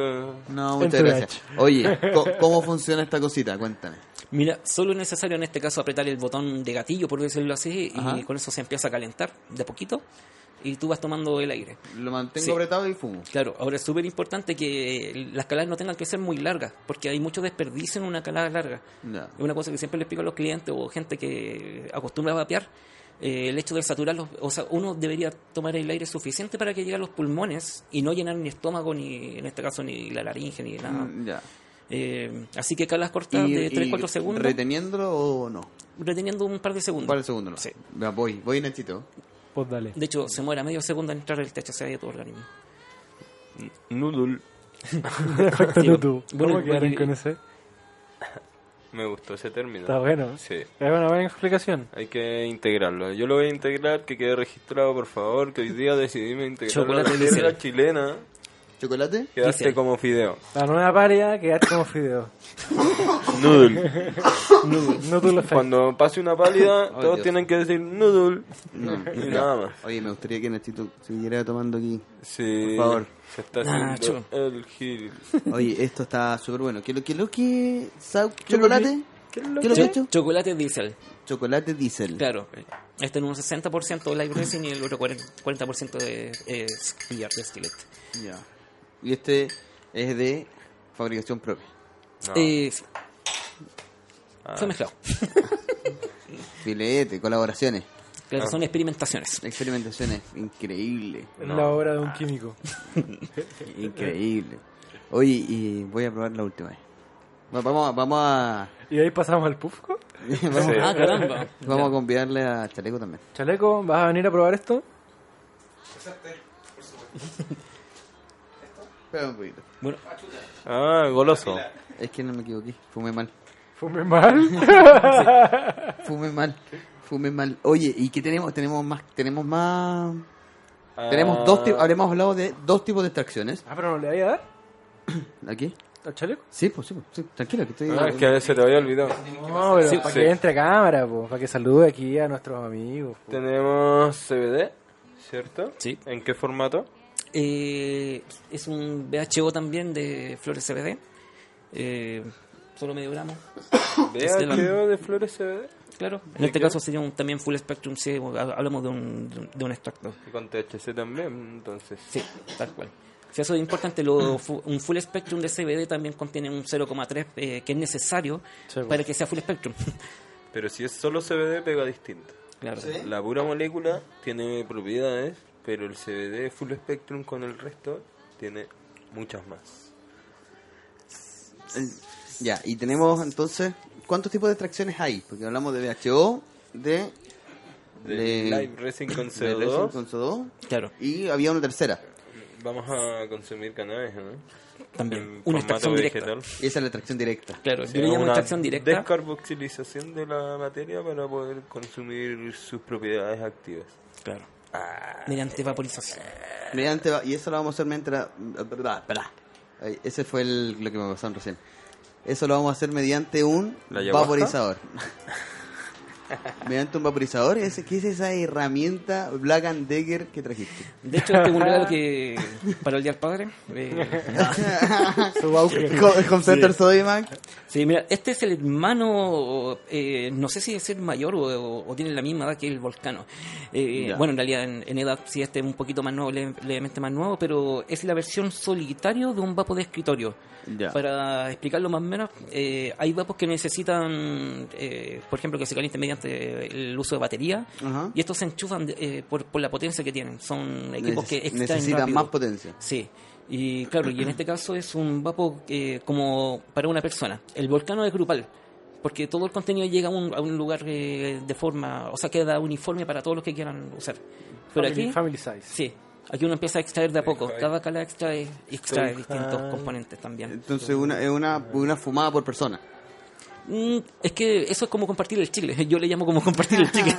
No, En muchas tu gracias. Oye, co- ¿cómo funciona esta cosita? Cuéntame. Mira, solo es necesario en este caso apretar el botón de gatillo, por decirlo así, Ajá. y con eso se empieza a calentar de a poquito y tú vas tomando el aire. Lo mantengo Sí. apretado y fumo. Claro, ahora es súper importante que las caladas no tengan que ser muy largas, porque hay mucho desperdicio en una calada larga. Ya. Es una cosa que siempre le explico a los clientes o gente que acostumbra a vapear. eh, el hecho de saturarlos, o sea, uno debería tomar el aire suficiente para que llegue a los pulmones y no llenar ni estómago, ni en este caso ni la laringe, ni nada. Mm, ya. Eh, así que calas cortas de 3-4 segundos, ¿Reteniéndolo o no? reteniendo un par de segundos. Para el segundo, no. Sí. Ya, voy, voy, Nachito. Pues dale. De hecho, se muera medio segundo en entrar el THC ahí a tu organismo. Noodle. Perfecto, Digo, tú. bueno, ¿Cómo quedaron bueno, con ese? Me gustó ese término. Está bueno. Sí. Es una buena explicación. Hay que integrarlo. Yo lo voy a integrar, que quede registrado, por favor, que hoy día decidimos integrar la Chocolate tierra Lizel. chilena. ¿Chocolate? Quedaste Lizel. como fideo. La nueva paria quedar como fideo. Noodle. No tú lo fai. Cuando pase una pálida, Oh, todos Dios. tienen que decir noodle. No. Y Ya. nada más. Oye, me gustaría que Nachito siguiera tomando aquí. Sí. Por favor. Se está Nacho. haciendo el gil. Oye, esto está súper bueno. ¿Qué es lo que... Lo que Sau- ¿Chocolate? ¿Qué es lo que... Cho- Chocolate diésel, Chocolate diésel. claro. Este en un 60% light resin y el otro 40%, 40% de eh, billar de estilete. Ya. Y este es de fabricación propia. No. Eh, sí. Fue mezclado. Filete, colaboraciones, Claro, son experimentaciones. experimentaciones. Increíble. La obra de un químico. Increíble. Oye, y voy a probar la última vez. Va- Vamos, a- vamos a. Y ahí pasamos al pufco. Vamos, Sí. Ah, caramba. vamos a convidarle a Chaleco también. Chaleco, ¿vas a venir a probar esto? Espera un poquito. Bueno, Ah, goloso. Es que no me equivoqué. Fumé mal. Fume mal. Fumé mal. Fumé mal. Oye, ¿y qué tenemos? Tenemos más. Tenemos más. Tenemos dos Ah. tipos. Habremos hablado de dos tipos de extracciones. Ah, pero no le vaya a dar ¿Aquí? al chaleco. Sí, pues sí, pues, sí. Tranquilo, que estoy. Ah, es que se te había olvidado. No, pero Sí, para sí. que entre a cámara, po, para que salude aquí a nuestros amigos. po. Tenemos CBD, ¿cierto? Sí. ¿En qué formato? eh, es un BHO también de flores CBD. Eh, solo medio gramo. Este Es de la- DHO de flores CBD. Claro. En este caso sería un, también full spectrum, sí, o ha- hablamos de un, de un- de un extracto. Y con THC también, entonces. Sí, tal cual. Si eso es importante, lo, fu- un full spectrum de CBD también contiene un 0,3 eh, que es necesario Sí, pues. para que sea full spectrum. Pero si es solo CBD, pega distinto. claro. La pura molécula tiene propiedades, pero el CBD full spectrum con el resto tiene muchas más. Ya, y tenemos entonces. ¿Cuántos tipos de extracciones hay? Porque hablamos de BHO, de. De de- Live Resin con de CO2, resin con CO2, Claro, y había una tercera. vamos a consumir cannabis, ¿no? En también. Una formato extracción directa. vegetal. Y esa es la extracción directa. Claro, Sí, yo le llamo una extracción directa. Descarboxilización de la materia para poder consumir sus propiedades activas. Claro. Mediante vaporización. Mediante va- y eso lo vamos a hacer mientras. verdad, espera. Ay, Ese fue el- lo que me pasaron recién. Eso lo vamos a hacer mediante un ¿La ayahuasca? vaporizador. mediante un vaporizador. Ese, ¿Qué es esa herramienta Black and Decker que trajiste? De hecho, este es un regalo que para el Día del Padre. eh, Su Bauker. Con, con Center Sodimac. sí, mira, este es el hermano, eh, no sé si es el mayor o, o- o tiene la misma edad que el Volcano. Eh, Ya. bueno, en realidad en, en edad sí este es un poquito más nuevo, leve- levemente más nuevo, pero es la versión solitario de un vapo de escritorio. Ya. Para explicarlo más o menos, eh, hay vapos que necesitan, eh, por ejemplo, que se calienten mediante el uso de batería. Ajá. Y estos se enchufan de- eh, por, por la potencia que tienen. Son equipos Neces- que extraen necesitan rápido. más potencia. Sí. Y claro, y en este caso es un vapo eh, como para una persona. El volcano es grupal. Porque todo el contenido llega a un, a un lugar eh, de forma, o sea, queda uniforme para todos los que quieran usar. Pero Family- aquí, Family size. sí, aquí uno empieza a extraer de a poco. Estoy high. Cada cala extrae, extrae Estoy distintos high. componentes también. Entonces una, es una, una fumada por persona. Mm, es que eso es como compartir el chicle. Yo le llamo como compartir el chicle.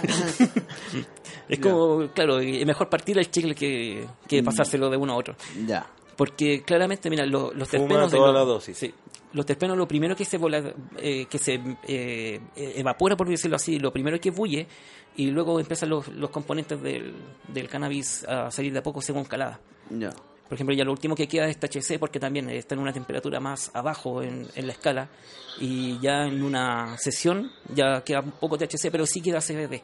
es como, claro, es mejor partir el chicle que, que pasárselo de uno a otro. Ya. Porque claramente, mira, lo- los Fuma terpenos. de toda lo- la dosis. sí. los terpenos, lo primero que se, vola- eh, que se eh, eh, evapora, por decirlo así, lo primero que bulle, y luego empiezan los, los componentes del, del cannabis a salir de a poco según calada. Ya. Por ejemplo, ya lo último que queda es THC porque también está en una temperatura más abajo en, en la escala y ya en una sesión ya queda un poco THC, pero sí queda CBD.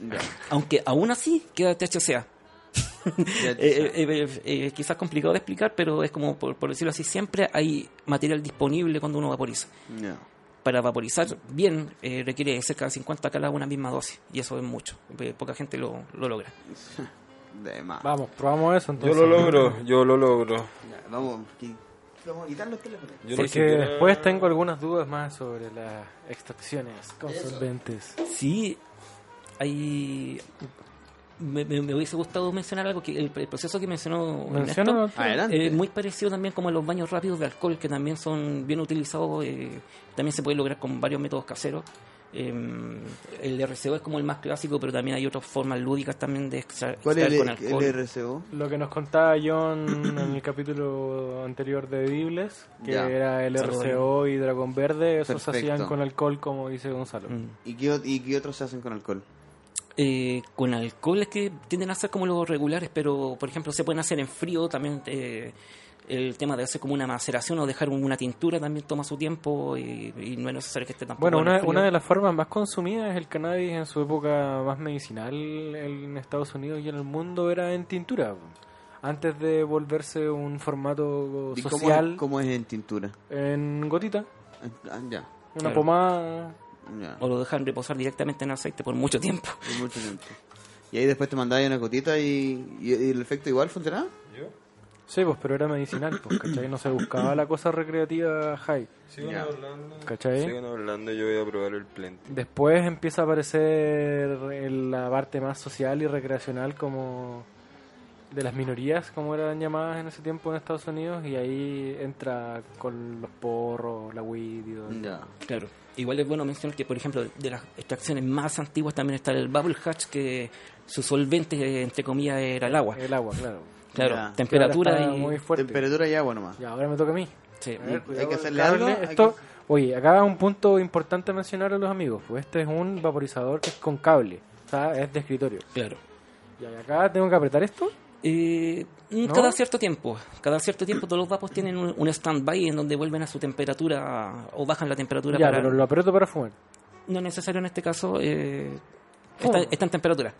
Aunque aún así queda THCA. Eh, eh, eh, eh, eh, quizás complicado de explicar, pero es como, por, por decirlo así, siempre hay material disponible cuando uno vaporiza. Ya. Para vaporizar bien eh, requiere cerca de 50 calas una misma dosis y eso es mucho. Eh, poca gente lo, lo logra. De más. Vamos, probamos eso Yo entonces. lo logro, yo lo logro. Ya, vamos. qui- Vamos a quitar los Eh, teléfonos. Yo Porque no sé qué- después tengo algunas dudas más sobre las extracciones con solventes. Sí, hay. Me, me- me hubiese gustado mencionar algo que el, el proceso que mencionó Menciona Ernesto Adelante. es Eh, muy parecido también como a los baños rápidos de alcohol que también son bien utilizados, eh, también se puede lograr con varios métodos caseros. Eh, el RCO es como el más clásico, pero también hay otras formas lúdicas también de extra- extraer, ¿Cuál es con el, el alcohol. RCO? lo que nos contaba John en el capítulo anterior de Bibles, que Ya. era el Saludos. RCO y Dragón Verde, esos se Perfecto. hacían con alcohol, como dice Gonzalo. Mm. ¿Y qué, o- ¿Y qué otros se hacen con alcohol? Eh, con alcohol es que tienden a ser como los regulares, pero por ejemplo se pueden hacer en frío también. eh, el tema de hacer como una maceración o dejar una tintura también toma su tiempo y, y no es necesario que esté tampoco. Bueno, en el una, frío. una de las formas más consumidas es el cannabis en su época más medicinal en Estados Unidos y en el mundo era en tintura. Antes de volverse un formato ¿Y cómo, social es- cómo es en tintura? en gotita, Ah, ya. una Claro. pomada. Ya. O lo dejan reposar directamente en aceite por mucho tiempo. Por mucho tiempo. Y ahí después te mandáis una gotita y, y- y el efecto igual funcionaba. Sí, pues, pero era medicinal, pues, ¿cachai? No se buscaba la cosa recreativa high, Sigan Ya. hablando. ¿cachai? Sigan hablando, yo voy a probar el plenty. Después empieza a aparecer en la parte más social y recreacional como de las minorías, como eran llamadas en ese tiempo en Estados Unidos, y ahí entra con los porros, la weed y todo. eso. Ya. Claro. Igual es bueno mencionar que, por ejemplo, de las extracciones más antiguas también está el bubble hatch, que su solvente, eh, entre comillas, era el agua. El agua, claro. Claro, Ya. Eh, Que ahora temperatura está y... muy fuerte. Temperatura y agua nomás. Ya, ahora me toca a mí. sí. A ver, cuidado con el que hacerle algo, cable. hay Esto, que- Oye, acá un punto importante a mencionar a los amigos. Pues este es un vaporizador que es con cable, o sea, es de escritorio. mm, claro. Y acá tengo que apretar esto. Eh, mm, ¿No? Cada cierto tiempo, cada cierto tiempo todos los vapos tienen un, un stand-by en donde vuelven a su temperatura o bajan la temperatura ya, para... pero lo aprieto para fumar. No es necesario en este caso, eh, está, Oh. está en temperatura.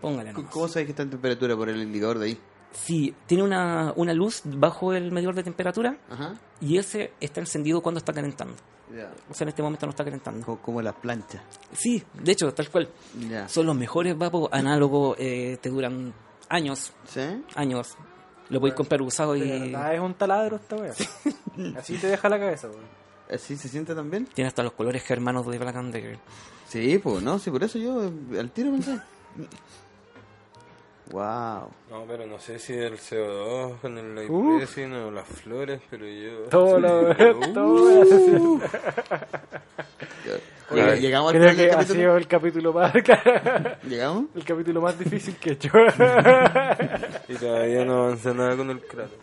Póngale C- nomás. ¿Cómo sabes que está en temperatura por el indicador de ahí? Sí, tiene una, una luz bajo el medidor de temperatura Ajá. y ese está encendido cuando está calentando. Ya. O sea, en este momento no está calentando. Co- Como las planchas. Sí, de hecho, tal cual. Ya. Son los mejores vapos análogos, eh, te duran años, ¿Sí? años. Lo podéis comprar usado y... De verdad es un taladro esta wea. Así te deja la cabeza, weón. ¿Así se siente también? Tiene hasta los colores germanos de Black and Decker. Sí, pues, no, sí, por eso yo eh, al tiro pensé. wow. No, pero no sé si el CO2 con el light Uh. resin o las flores, pero yo... Todo lo todo lo- Llega- Oye, llegamos al Creo final del que ha sido capítulo. el capítulo más el ¿Llegamos? capítulo más difícil que he hecho. Y todavía no avanza nada con el cráter.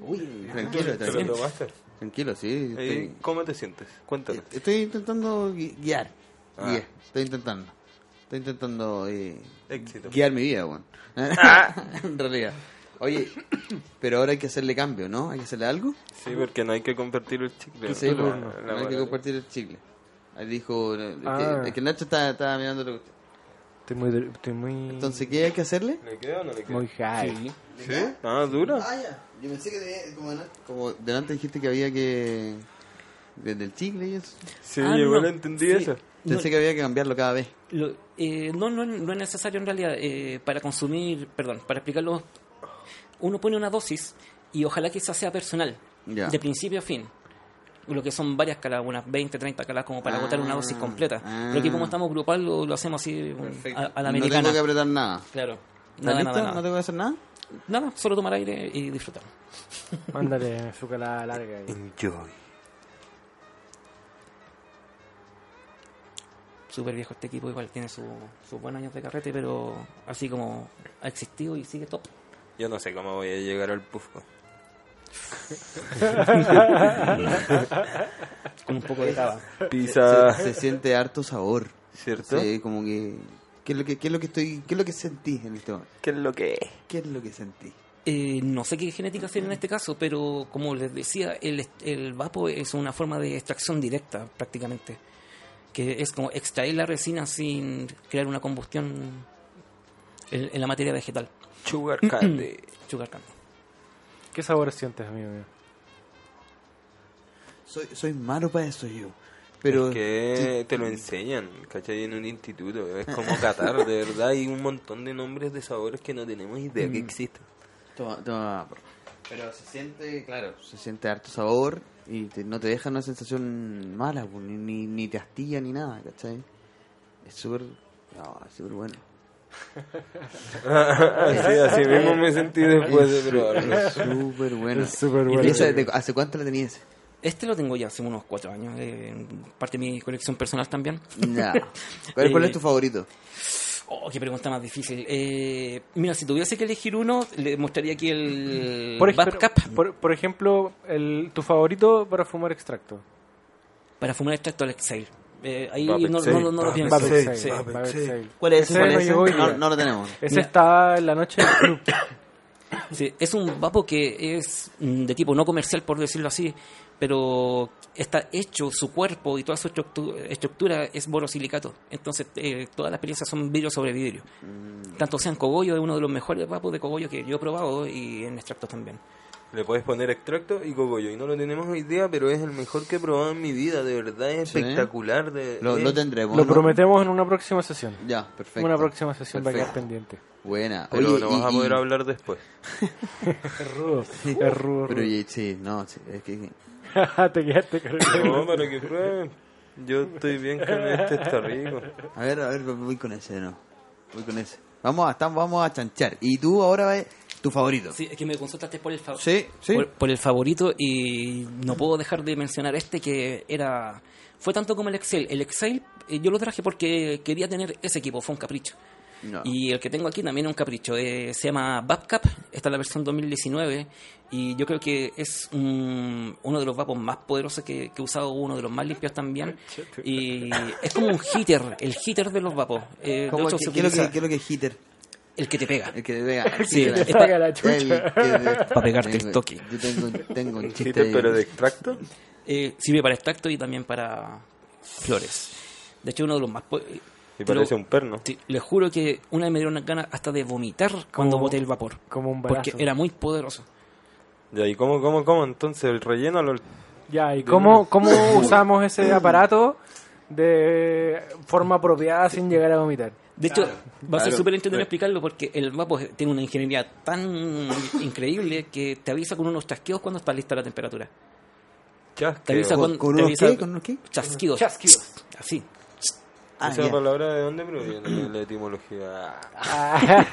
Uy, tranquilo, ¿Te lo tranquilo. tomaste? Tranquilo, sí. Ey, Estoy, Eh, ¿Cómo te sientes? Cuéntame. estoy intentando gui- guiar. Ah. Guía, estoy intentando. Estoy intentando eh, Éxito. guiar mi vida, weón. en realidad. Oye, pero ahora hay que hacerle cambio, ¿no? Hay que hacerle algo. Sí, porque no hay que compartir el chicle. Sí, La- pues, la no hay que moral. compartir el chicle. Ahí dijo. eh, que- Ah. que, Nacho estaba, estaba mirando lo que. Estoy muy estoy muy Entonces, ¿qué hay que hacerle? ¿Le queda o no le queda? muy high. ¿Sí? Ah, dura. Ah, ya. Yo pensé que debía- como, delante- como delante dijiste que había que. Desde el chicle y eso. Sí, Ah, igual no. entendí Sí. eso. Pensé que había que cambiarlo cada vez. Lo- eh, no, no, no es necesario en realidad eh, para consumir, perdón, para explicarlo, uno pone una dosis y ojalá que esa sea personal, Ya. de principio a fin. Lo que son varias calas, unas 20, 30 calas como para Ah, agotar una dosis completa. ah. Pero aquí como estamos grupal lo, lo hacemos así un- a, a la no americana. tengo que apretar nada. Claro. ¿Estás Nada, listo? nada, ¿No nada. tengo que hacer nada? Nada, solo tomar aire y disfrutar. Mándale su calada larga. ahí. Enjoy. súper viejo este equipo, igual tiene su- sus buenos años de carrete, pero así como ha existido y sigue top. Yo no sé cómo voy a llegar al Pufco. Con un poco de cava. Pizza, Se, se siente harto sabor. Ah. ¿cierto? Sí, como que... ¿Qué es lo que, qué es lo que estoy... ¿Qué es lo que sentí en este momento? ¿Qué es lo que es? ¿Qué es lo que sentí? Eh, no sé qué genética sería en este caso, pero como les decía, el, est- el vapo es una forma de extracción directa prácticamente, que es como extraer la resina sin crear una combustión en, en la materia vegetal, Sugar candy. sugar candy. ¿Qué sabor sientes, amigo mío? Soy, soy malo para eso yo. Pero... Es que te lo enseñan, ¿cachai? En un instituto. Es como Qatar, de verdad. Hay un montón de nombres de sabores que no tenemos idea que existen. Toma, toma, por- Pero se siente, claro, se siente harto sabor y te- no te deja una sensación mala, pues, ni, ni, ni te astilla ni nada, ¿cachai? Es súper... No, es súper bueno. así, así mismo me sentí después de probarlo. Es súper bueno. Es súper ¿Y bueno. esa de- ¿Hace cuánto la tenías? Este lo tengo ya hace unos cuatro años, eh, parte de mi colección personal también. Nah. ¿Cuál, cuál es tu Eh, favorito? Oh, qué pregunta más difícil. Eh, mira, si tuviese que elegir uno, le mostraría aquí el Por, Eh, Bad ejemplo- Cup. por, por ejemplo, el, tu favorito para fumar extracto. para fumar extracto al Excel. Eh, ahí no, Vapex, no, sí. no, no lo Vapex, pienso. Bab Babexel, Excel, Sí. Bab Babexel. Excel. ¿Cuál es ese? Ese ¿Cuál no es ese? llegó hoy No, día. no lo tenemos. Ese Mira. está en la noche del club. Sí, es un vapo que es mm, de tipo no comercial, por decirlo así, pero está hecho, su cuerpo y toda su estructu- estructura es borosilicato. Entonces, eh, todas las experiencias son vidrio sobre vidrio. Tanto sean cogollo, es uno de los mejores vapos de cogollo que yo he probado y en extractos también. Le puedes poner extracto y cogollo. Y no lo tenemos idea, pero es el mejor que he probado en mi vida. De verdad, es Sí. espectacular. De, eh. Lo, es- Eh, lo tendremos. Lo ¿no? prometemos en una próxima sesión. Ya, perfecto. Una próxima sesión va a quedar Perfecto. pendiente. Buena. Pero Oye, lo y- vas a y- poder hablar después. Es rudo. Es rudo. Pero rudo. oye, sí, no, sí, es que... Te quedaste con No, para que prueben. Yo estoy bien con este, está rico. A ver, a ver, voy con ese, no. Voy con ese. Vamos a, estamos- vamos a chanchar. Y tú ahora vas- tu favorito. Sí, es que me consultaste por el favorito. Sí, sí. Por, por el favorito y no puedo dejar de mencionar este que era... Fue tanto como el Excel. El Excel eh, yo lo traje porque quería tener ese equipo, fue un capricho. No. Y el que tengo aquí también es un capricho. eh, se llama Babcap. Esta es la versión 2019. Y yo creo que es un- uno de los vapos más poderosos que, que he usado, uno de los más limpios también. Y es como un hitter, el hitter de los vapos. Eh, de ¿Cómo hecho, que- se ¿Qué es lo que- utiliza qué es lo que es hitter? el que te pega. El que te pega. Sí, el que te está- pega. la chucha. El que- Pa' pegarte el Tengo- toque. Yo tengo, tengo un chiste. Chiste, pero de extracto. Eh, sirve para extracto y también para flores. De hecho, uno de los más... po- eh, Y te lo- parece un perno. Sí, les juro que una vez me dieron ganas hasta de vomitar cuando boté el vapor. como un balazo. Porque era muy poderoso. Ya, ¿y cómo, cómo, cómo? Entonces, el relleno lo... Ya, ¿y cómo, cómo usamos ese aparato de forma apropiada sin llegar a vomitar? De hecho, va a ser claro. súper entretenido explicarlo porque el vapo tiene una ingeniería tan increíble que te avisa con unos chasqueos cuando está lista la temperatura. Te avisa ¿Con- Chasqueo. cuando- con te unos avisa- qué? ¿Con unos qué? Chasquidos. Así. Ah, ¿Esa ya. palabra de dónde proviene la etimología? Ah,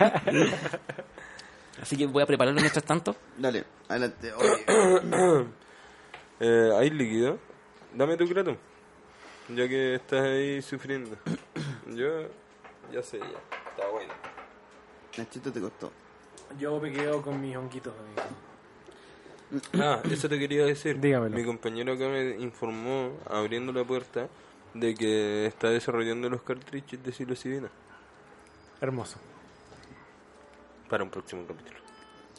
Así que voy a prepararlo mientras tanto. Dale, adelante. Oye, eh, ¿Hay líquido? Dame tu grato. Ya que estás ahí sufriendo. Yo ya sé, ya. Está bueno. Nachito te costó. Yo me quedo con mis honguitos, amigo. Ah, eso te quería decir. Dígamelo. Mi compañero acá me informó, abriendo la puerta, de que está desarrollando los cartridges de psilocibina Hermoso. para un próximo capítulo.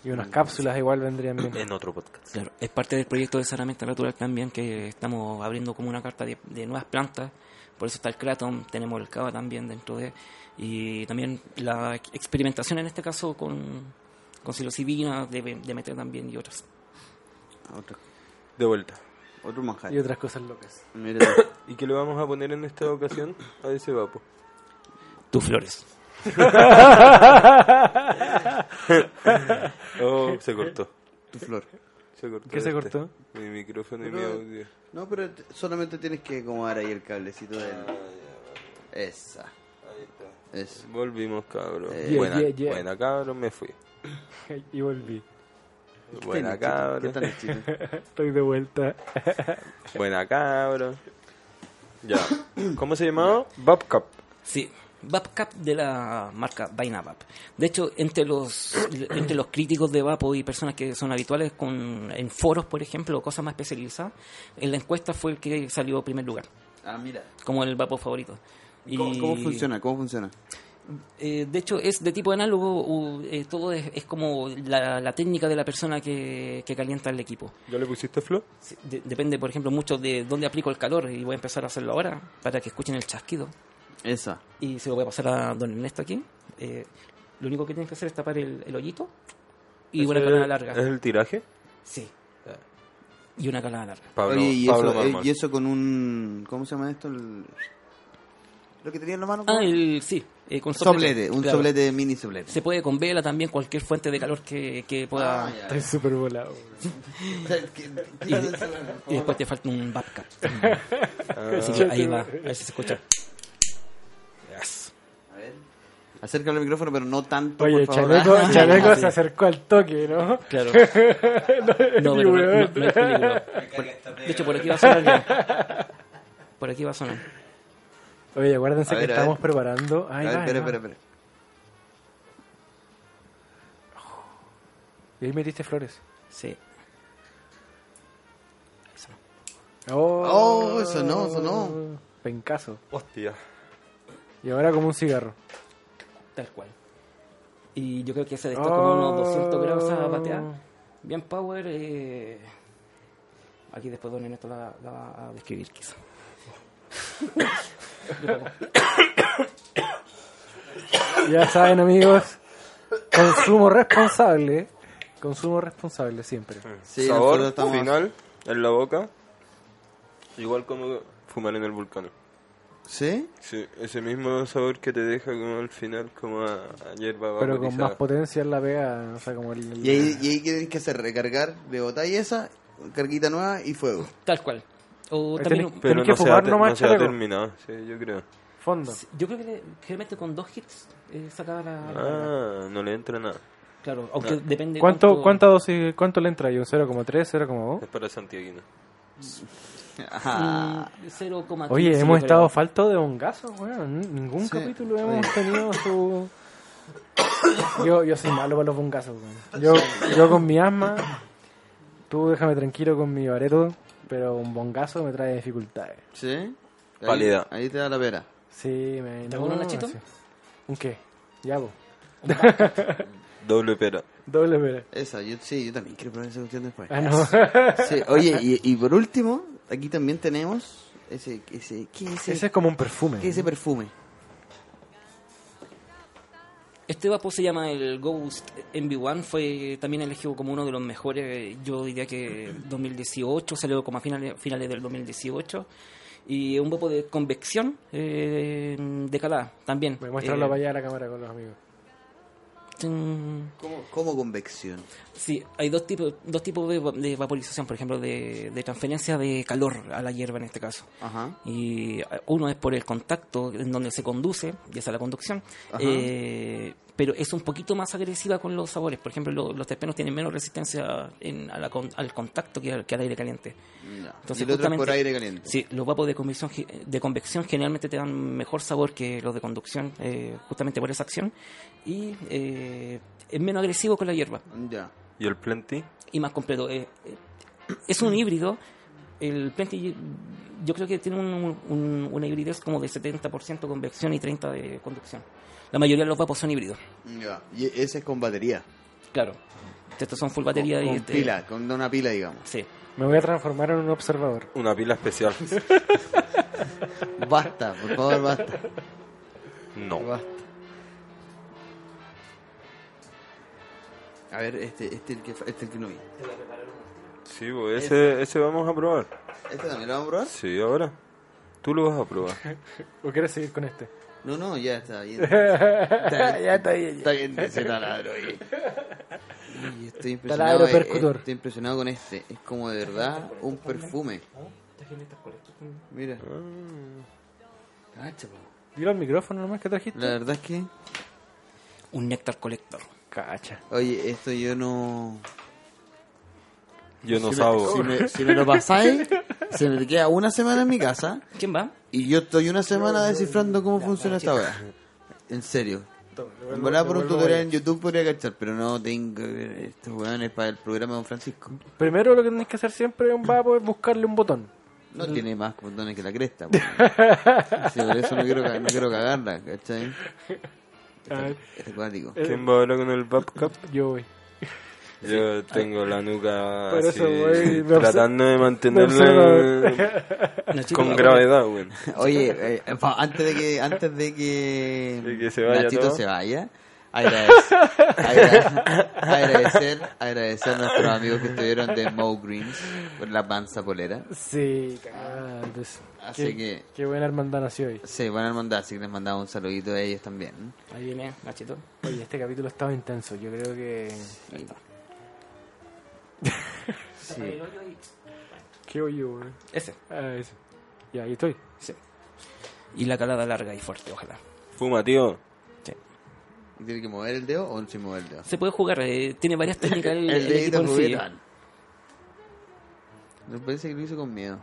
Y unas cápsulas igual vendrían bien. En otro podcast. Claro, es parte del proyecto de saneamiento natural también que estamos abriendo como una carta de, de nuevas plantas. Por eso está el Kratom, tenemos el Cava también dentro de... Y también la ex- experimentación en este caso con, con psilocibina, de, de meter también y otras. Otro, De vuelta. otro manjar. Y otras cosas locas. Mira, ¿Y qué le vamos a poner en esta ocasión a ese vapo? Tus flores. Oh, se cortó. tu flor. Se cortó ¿Qué se este. cortó? Mi micrófono y mi audio. No, pero t- solamente tienes que acomodar ahí el cablecito Ah, de... Esa. Esa. Volvimos, cabrón. Eh, Yeah, buena, yeah, yeah. buena, cabrón, me fui. y volví. Buena, ¿Qué tal, Nachito? ¿Qué cabrón. tal, Nachito? Estoy de vuelta. Buena, cabrón. Ya. ¿Cómo se llamaba? Babcap. Sí, VapCap de la marca Dynavap. De hecho, entre los entre los críticos de Vapo y personas que son habituales con, en foros, por ejemplo, o cosas más especializadas, en la encuesta fue el que salió en primer lugar, Ah, mira. como el Vapo favorito. Y, ¿Cómo, cómo funciona? ¿Cómo funciona? eh, de hecho, es de tipo análogo, u- eh, todo es, es como la, la técnica de la persona que, que calienta el equipo. ¿Ya le pusiste flow? Sí, de- depende, por ejemplo, mucho de dónde aplico el calor y voy a empezar a hacerlo ahora para que escuchen el chasquido. Esa. y se lo voy a pasar a don Ernesto aquí. Eh, lo único que tienes que hacer es tapar el, el hoyito y una calada larga. ¿Es el tiraje? Sí. eh, Y una calada larga. Pablo, Oye, y, Pablo eso, eh, Marmol. y eso con un... ¿Cómo se llama esto? El- Lo que tenía en la mano. Ah, ¿cómo? el, sí, eh, con soplete. soplete. Un claro. soplete, mini soplete. Se puede con vela también, cualquier fuente de calor que, que pueda. Ah, ya. Estoy súper volado. y, y después te falta un babcap. Así que ahí va, a ver si se escucha. A ver. Acércale el micrófono, pero no tanto, Oye, por favor. Chaleco, Ah, Chaleco sí. se acercó al toque, ¿no? Claro. no, No, pero no, no- no es peligro. Por- de hecho, por aquí va a sonar ya. Por aquí va a sonar. Oye, acuérdense A que ver, a estamos ver. preparando. A Ahí ver, va, espera, ahí va. espera, espera. Y ahí metiste flores. Sí. Oh, Oh, sonó, sonó. Pencaso. Hostia. Y ahora como un cigarro. Tal cual. Y yo creo que ese de Oh. estar como unos 200 grados a batear. Bien power. eh, Aquí después Don Ernesto la, la va a describir quizá. Ya saben, amigos. Consumo responsable. Consumo responsable siempre. Sí, Sabor nosotros estamos- final en la boca. Igual como fumar en el volcán. ¿Sí? Sí, ese mismo sabor que te deja como al final, como a, a hierba Pero con vaporizada. más potencia en la pega. O sea, como el, el- ¿Y ahí, y ahí qué tenés que hacer? Recargar, le botáis esa, carguita nueva y fuego. Tal cual. O Ahí también, tenés- un- Pero Tenés que no se, fumar ha, te- nomás, no se ha chaleco. terminado, sí, yo creo. fondo. yo creo que le- generalmente con dos hits eh, sacaba la. la- Ah, no le entra nada. Claro, aunque depende. Ah. ¿Cuánto, ¿Cuánta dosis, cuánto le entra ahí? ¿Un 0,3, 0,2? Es para Santiaguino. Ajá. Mm, 0,15 Ah, Oye, hemos yo creo. estado falto de bongazo, weón. Ningún Sí. capítulo hemos tenido su... Yo, yo soy malo para los bongazos, weón. Yo, yo con mi asma, tú déjame tranquilo con mi bareto, pero un bongazo me trae dificultades. ¿Sí? Ahí- Válida. Ahí, te da la pera. Sí, me... ¿Te acuerdas, Nachito? sí. ¿Un qué? Ya, po. Doble pera. Doble pera. Esa, yo, sí, yo también quiero probar esa cuestión después. Ah, no. Sí, oye, y, y por último, aquí también tenemos ese, ese, ¿qué es ese, Ese es como un perfume. qué es ese perfume? Este vapor se llama el Ghost MB1, fue también elegido como uno de los mejores, yo diría que 2018, salió como a finales, finales del 2018, y un vapor de convección eh, de calada también. Me Eh, muestran la allá a la cámara con los amigos. tin. ¿Cómo, cómo convección? Sí, hay dos tipos, dos tipos de, va- de vaporización, por ejemplo, de, de transferencia de calor a la hierba en este caso. Ajá. y eh, uno es por el contacto en donde se conduce, ya sea la conducción, eh, pero es un poquito más agresiva con los sabores. Por ejemplo, lo- los terpenos tienen menos resistencia en- a la con- al contacto que al, que al aire caliente. Ya. Entonces, y el otro es justamente- por aire caliente. Sí, los vapos de convección, ge- de convección generalmente te dan mejor sabor que los de conducción, eh, justamente por esa acción, y eh, es menos agresivo con la hierba Ya. ¿Y el plenty? y más completo. Eh, eh, es un híbrido. El Plenty yo creo que tiene un- un- una hibridez como de 70% convección y 30% de conducción. La mayoría de los vapos son híbridos. Ya. Y ese es con batería. Claro. Estos son full batería con, y... con este- pila, con una pila, digamos. Sí. Me voy a transformar en un observador. Una pila especial. Basta, por favor, basta. No. Basta. A ver, este, este, el que, fa- este el que no vi. Sí, bo, ese, ese vamos a probar. ¿Este también lo vamos a probar? Sí, ahora. Tú lo vas a probar. ¿O quieres seguir con este? No, no, ya está bien. Está bien, ya está bien. está bien ese taladro. oye. Oye, Estoy Taladro impresionado, eh, percutor. estoy impresionado con este. Es como de verdad un perfume. Mira. Cacha, po. Dilo al micrófono nomás que trajiste. La verdad es que... Un néctar colector. Cacha. Oye, esto yo no... Yo no si, me, sabo. si me- si me lo pasáis, se me queda una semana en mi casa ¿Quién va? Y yo estoy una semana descifrando cómo funciona esta weá. En serio. Toma, me En vuelvo- verdad, me por un vuelvo tutorial ahí. en YouTube podría cachar, pero no tengo estos weones para el programa de Don Francisco. Primero lo que tenés que hacer siempre en Vapo es buscarle un botón. No Mm. tiene más botones que la cresta. po. Sí, por eso no quiero, ca- no quiero cagarla, ¿cachai? Es acuático. ¿Quién va ahora con el Babcap? Yo voy. Yo tengo la nuca Por así, eso, güey, me tratando de me mantenerla Nachito, con ahora- gravedad, güey. Oye, eh, pa- antes de que antes de que, De que se vaya Nachito todo. se vaya, agradecer, agra- agradecer, agradecer a nuestros amigos que estuvieron de Mo Greens por la panza polera. Sí, cagada, pues. Así qué, que- Qué buena hermandad nació hoy. Se van a mandar, así que les mandamos un saludito a ellos también. Ahí viene, Nachito. Oye, este capítulo estaba intenso. Yo creo que. Ahí está. Sí. ¿Qué hoyo, güey? Ese, Ah, eso. Ya, ahí estoy. sí. Y la calada larga y fuerte, ojalá. Fuma, tío. ¿Y ¿Tiene que mover el dedo o sin mover el dedo? Se puede jugar, eh, tiene varias técnicas el, el equipo dedito en sí. juguetón. Me parece que lo hizo con miedo.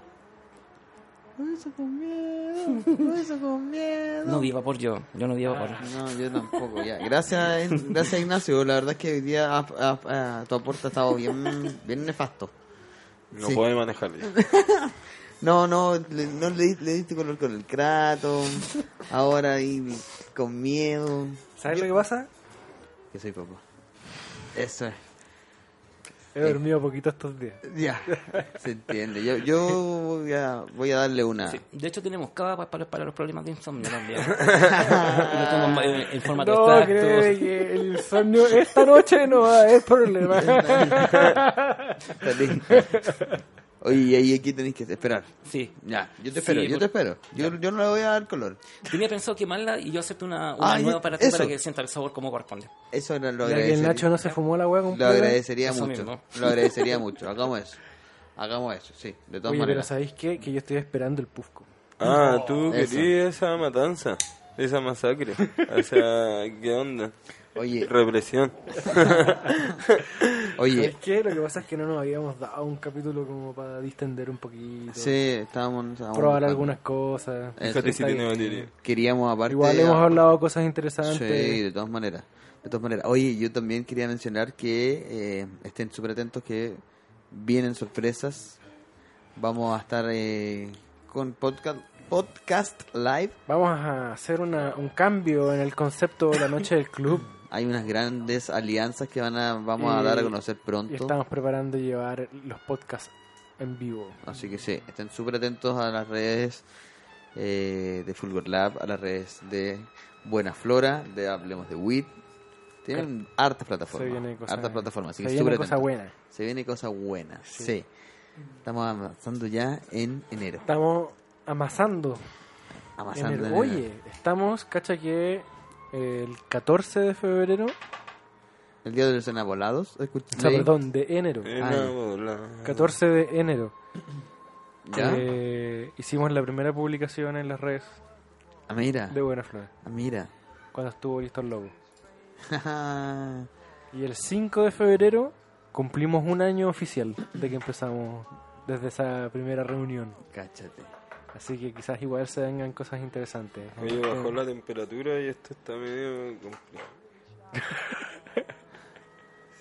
Lo hizo con miedo. Lo hizo con miedo. No vi vapor yo, yo no vi vapor. No, yo tampoco, ya. Gracias, gracias Ignacio. La verdad es que hoy día ah, ah, ah, tu aporte ha estado bien, bien nefasto. No Sí. puede manejarle. No, no, le, no le, di- le diste color con el crato. Ahora ahí con miedo. ¿Sabes lo que pasa? Que soy papá. Eso es. He dormido poquito estos días. Ya, se entiende. Yo, yo voy, a, voy a darle una. Sí, De hecho, tenemos cada pa- para, para los problemas de insomnio también. Lo tomo en, en formato No, extracto. cree que el sueño esta noche no va a haber problema. Está listo. Oye, y ahí aquí tenéis que esperar. Sí. Ya, yo Sí, te espero, yo por- te espero. Yo, yo no le voy a dar color. Tenía pensado quemarla y yo hacerte una, una Ah, nueva ya, para ti eso. para que sienta el sabor como corresponde. Eso era lo Ya que el agradecería. Nacho no se fumó la hueá Lo completa. agradecería Eso mucho. mismo. Lo agradecería mucho. Hagamos eso. Hagamos eso, sí. De Oye, todas pero maneras. ¿sabéis qué? Que yo estoy esperando el Pufco. Ah, tú eso. querías esa matanza, esa masacre. O sea, ¿qué onda? Oye, Represión. oye. ¿Sabéis qué? Lo que pasa es que no nos habíamos dado un capítulo como para distender un poquito. Sí, estábamos. estábamos Probar buscando. algunas cosas. Eso. Fíjate si Está tiene bien. batería. Queríamos aparte. Igual hemos a- hablado cosas Sí, interesantes. de todas maneras. De todas maneras. Oye, yo también quería mencionar que eh, estén súper atentos que vienen sorpresas. Vamos a estar eh, con podcast, podcast live. Vamos a hacer una- un cambio en el concepto de la noche del club. Hay unas grandes alianzas que van a, vamos a Y- dar a conocer pronto. Eh, Y estamos preparando llevar los podcasts en vivo. Así que sí, estén súper atentos a las redes eh, de Fulgor Lab, a las redes de Buena Flora, de Hablemos de WIT. Tienen hartas plataformas. Eh, Se viene cosa- hartas plataformas. Así se que viene súper cosa atentos. buena. Se viene cosa buena. Sí. Estamos avanzando ya en enero. Estamos amasando. en Avanzando el- en enero. oye, estamos, cacha que el 14 de febrero, El día de los enabolados. escucha- o sea, leí- perdón, de enero, Una bola. 14 de enero, ¿Ya? eh, hicimos la primera publicación en las redes Ah, mira. de Buena Flor, Ah, mira. cuando estuvo listo el logo. Y el 5 de febrero cumplimos un año oficial de que empezamos desde esa primera reunión. Cáchate. Así que quizás igual se vengan cosas interesantes. Eh, Oye, bajó la temperatura y esto está medio complicado.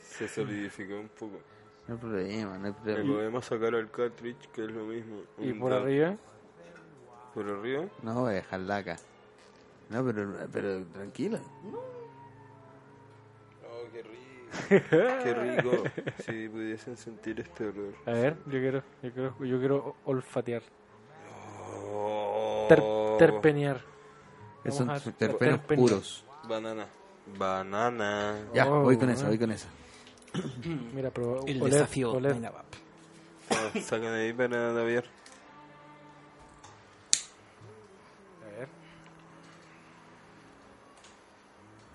Se solidificó un poco. No hay problema, no hay Le problema. podemos sacar al cartridge, que es lo mismo. Y Un por da- arriba, Por arriba. No, voy a dejarla acá. No, pero, pero tranquila. Oh, qué rico. qué rico. Si pudiesen sentir este olor. a ver, yo quiero, yo quiero, yo quiero olfatear, Oh. ter- terpenear. Que Vamos son a- terpenos, terpenos. puros. Banana. Banana. Ya, Oh, voy con eso, bueno. voy con eso. Mira, pero El oler- desafío oler. de la VAP. Ah, sacan ahí para Javier. A ver.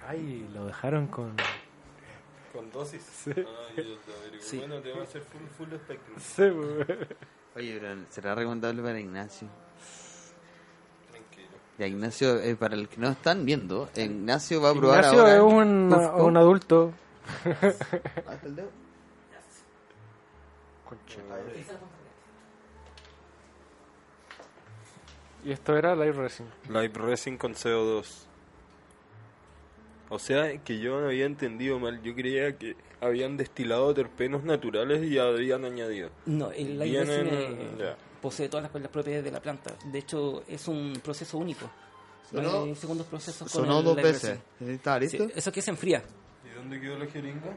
Ay, lo dejaron con. Con dosis. Sí. Bueno, te va a hacer full, full espectro. Oye, pero será recomendable para Ignacio. Tranquilo. Ya, Ignacio, eh, para el que no están viendo, Ignacio va a probar Ignacio ahora. es un, Uf, uf. un adulto. Hasta el dedo. Y esto era Live Resin. Live Resin con CO2. O sea, que yo no había entendido mal. Yo creía que habían destilado terpenos naturales y habían añadido. No, el live Vienen- resin, eh, ya. posee todas las, las propiedades de la planta. De hecho, es un proceso único. Sonó- no hay segundos procesos con Sonó el dos live veces. resin. ¿Está listo? Sí, eso que se enfría. ¿Y dónde quedó la jeringa?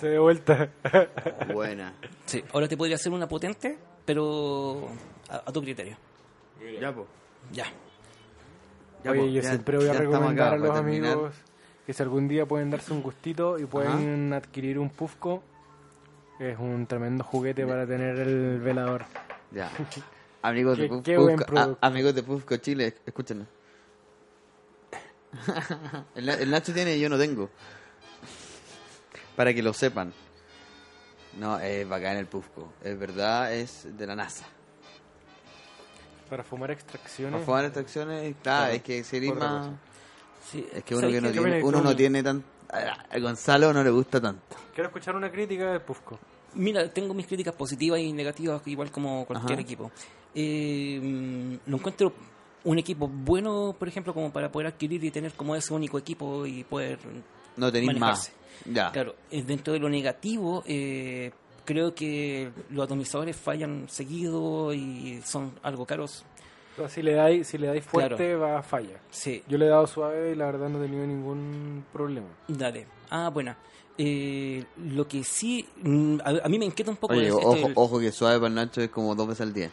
Se dio vuelta. Buena. Sí, ahora te podría hacer una potente, pero a, a tu criterio. Ya, pues. Ya. Ya, Oye, pues, yo ya- siempre voy a ya estamos recomendar acá a los para terminar. amigos que si algún día pueden darse un gustito y pueden adquirir un Pufco, que es un tremendo juguete para tener el velador. Ya. Amigos de Qué- Puf- qué buen Pufco- producto. a- amigos de Pufco Chile, escúchenos. el, Na- el Nacho tiene y yo no tengo. Para que lo sepan. No, es bacán el Pufco. Es verdad, es de la NASA. Para fumar extracciones. Para jugar en atracciones, claro, es que sería otra más... Sí, Es que uno, ¿sabes que no qué? Yo me tiene, electro- uno no tiene tan... A Gonzalo no le gusta tanto. Quiero escuchar una crítica de Pufco. Mira, tengo mis críticas positivas y negativas, igual como cualquier Ajá. equipo. Eh, mm, lo encuentro un equipo bueno, por ejemplo, como para poder adquirir y tener como ese único equipo y poder No tenéis más. Manejarse. Ya. Claro, eh, dentro de lo negativo, eh, creo que los atomizadores fallan seguido y son algo caros. Entonces, si le dais, si le dais fuerte, Claro. va a falla. Sí, Yo le he dado suave y la verdad no he tenido ningún problema. dale. Ah, buena. Eh, lo que sí, mm, a, a mí me inquieta un poco Oye, es esto ojo, del- ojo que suave para el Nacho es como dos veces al día.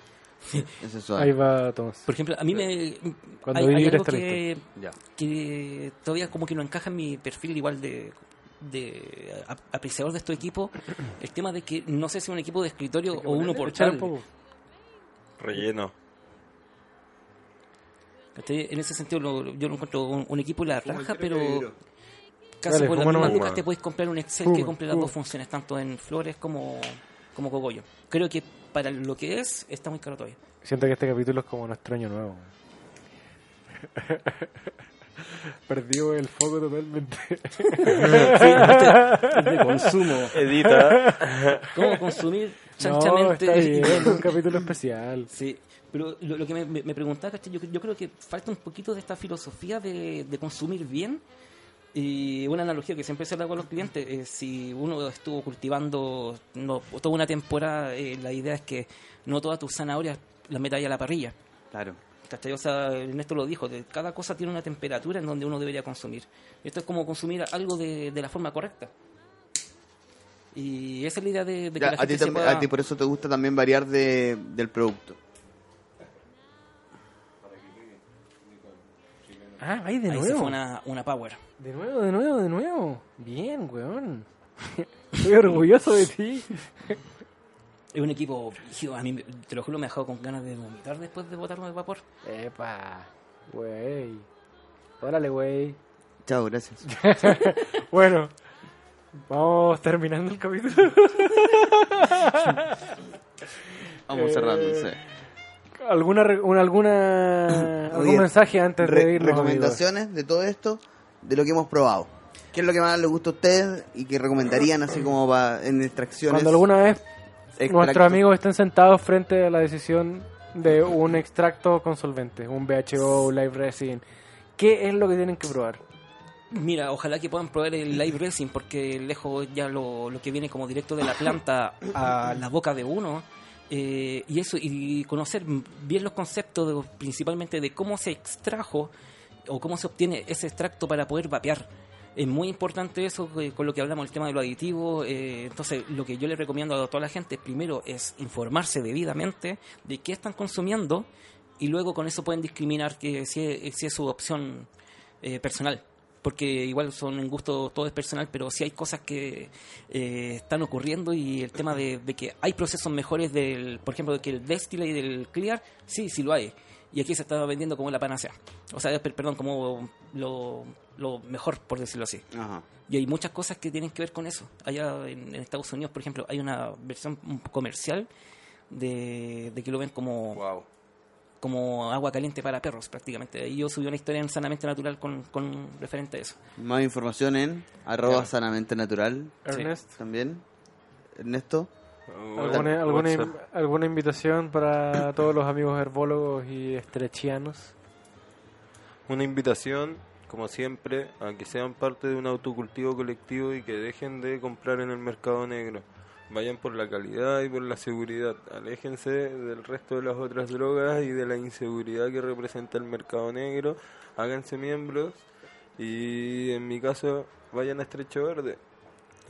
Ese es Ahí suave. va entonces. Por ejemplo, a mí me... Cuando hay, vi hay libre algo está que, Ya. que todavía como que no encaja en mi perfil igual de, de a- apreciador de estos equipos. El tema de que no sé si un equipo de escritorio o Echar uno un portable. poco. Relleno. ¿Cachai? En ese sentido, lo- yo lo encuentro un, un equipo la raja, pero casi Dale, por las fuma mismas nomás. lucas te puedes comprar un Excel Fuma, que cumple las fuma. dos funciones, tanto en flores como, como cogollo. Creo que para lo que es, está muy caro todavía. Siento que este capítulo es como nuestro año nuevo. Perdió el foco totalmente. De consumo. Edita. ¿Cómo consumir no, chanchamente? está bien, es un capítulo especial. Sí, pero lo, lo que me, me, me preguntaba, ¿cachai? yo, yo creo que falta un poquito de esta filosofía de, de consumir bien. Y una analogía que siempre se la hago a los clientes, eh, si uno estuvo cultivando no, toda una temporada, eh, la idea es que no todas tus zanahorias las metas ahí a la parrilla. Claro. ¿Cachai? O sea, Ernesto lo dijo, de- cada cosa tiene una temperatura en donde uno debería consumir. Esto es como consumir algo de, de la forma correcta. Y esa es la idea de, de que Ya, la a, ti gente te- sepa- a ti por eso te gusta también variar de, del producto. Ah, ahí de Ahí se fue una, una power. De nuevo, de nuevo, de nuevo. Bien, weón. Estoy orgulloso de ti. Es un equipo brígido. A mí, me- te lo juro, me ha dejado con ganas de vomitar después de botarme el vapor. Epa, wey. Órale, wey. Chao, gracias. Bueno, vamos terminando el capítulo. Vamos cerrando, sí. ¿Alguna, re- una- alguna, algún Oye, mensaje antes Re- de irnos? recomendaciones de todo esto, de lo que hemos probado. ¿Qué es lo que más les gusta a ustedes y que recomendarían así como para en amigos? extracciones? Cuando alguna vez extractos? nuestros amigos estén sentados frente a la decisión de un extracto con solvente, un BHO, un Live Resin, ¿qué es lo que tienen que probar? Mira, ojalá que puedan probar el live resin, porque lejos ya lo, lo que viene como directo de la planta a la boca de uno. eh, y eso, y conocer bien los conceptos, de- principalmente de cómo se extrajo o cómo se obtiene ese extracto para poder vapear. Es muy importante eso eh, con lo que hablamos, el tema de los aditivos. eh, entonces, lo que yo le recomiendo a toda la gente primero es informarse debidamente de qué están consumiendo y luego con eso pueden discriminar que si es, si es su opción eh, personal. Porque igual son en gusto, todo es personal, pero sí hay cosas que eh, están ocurriendo y el tema de, de que hay procesos mejores del, por ejemplo, de que el destile y del clear, sí, sí lo hay. Y aquí se está vendiendo como la panacea. O sea, per- perdón, como lo, lo mejor, por decirlo así. Ajá. Y hay muchas cosas que tienen que ver con eso. Allá en, en Estados Unidos, por ejemplo, hay una versión comercial de, de que lo ven como Wow. como agua caliente para perros prácticamente. Y yo subí una historia en Sanamente Natural con, con referente a eso. Más información en arroba sanamente natural Ernest, también. Ernesto. ¿Alguna, alguna, alguna invitación para todos los amigos herbólogos y estrechianos? Una invitación, como siempre, a que sean parte de un autocultivo colectivo y que dejen de comprar en el mercado negro. Vayan por la calidad y por la seguridad. Aléjense del resto de las otras drogas y de la inseguridad que representa el mercado negro. Háganse miembros y, en mi caso, vayan a Estrecho Verde.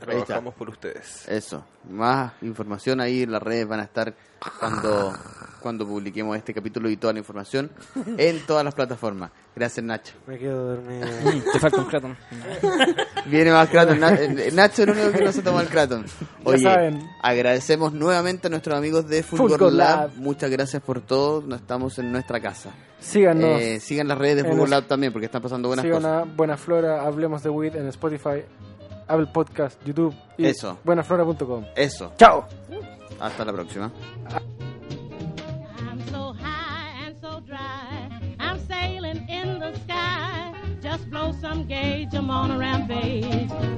Ahí está. Eh. Trabajamos por ustedes. Eso, más información ahí en las redes van a estar cuando, cuando publiquemos este capítulo y toda la información en todas las plataformas. Gracias Nacho. Me quedo dormido. Mm, Te falta un Kraton. Viene más Kraton. Na- eh, Nacho es el único que no se tomó el Kraton. Oye, saben. agradecemos nuevamente a nuestros amigos de Fulgor, Fulgor Lab. Lab. Muchas gracias por todo. Nos estamos en nuestra casa. Síganos. Eh, sigan las redes de En Fulgor es- Lab también porque están pasando buenas Sigan cosas. a Buena Flora, Hablemos de Weed en Spotify, Apple Podcast, YouTube y Eso. buenaflora.com. Eso. ¡Chao! Hasta la próxima. I'm so high and so dry. I'm sailing in the sky. Just blow some gauge. I'm on a rampage.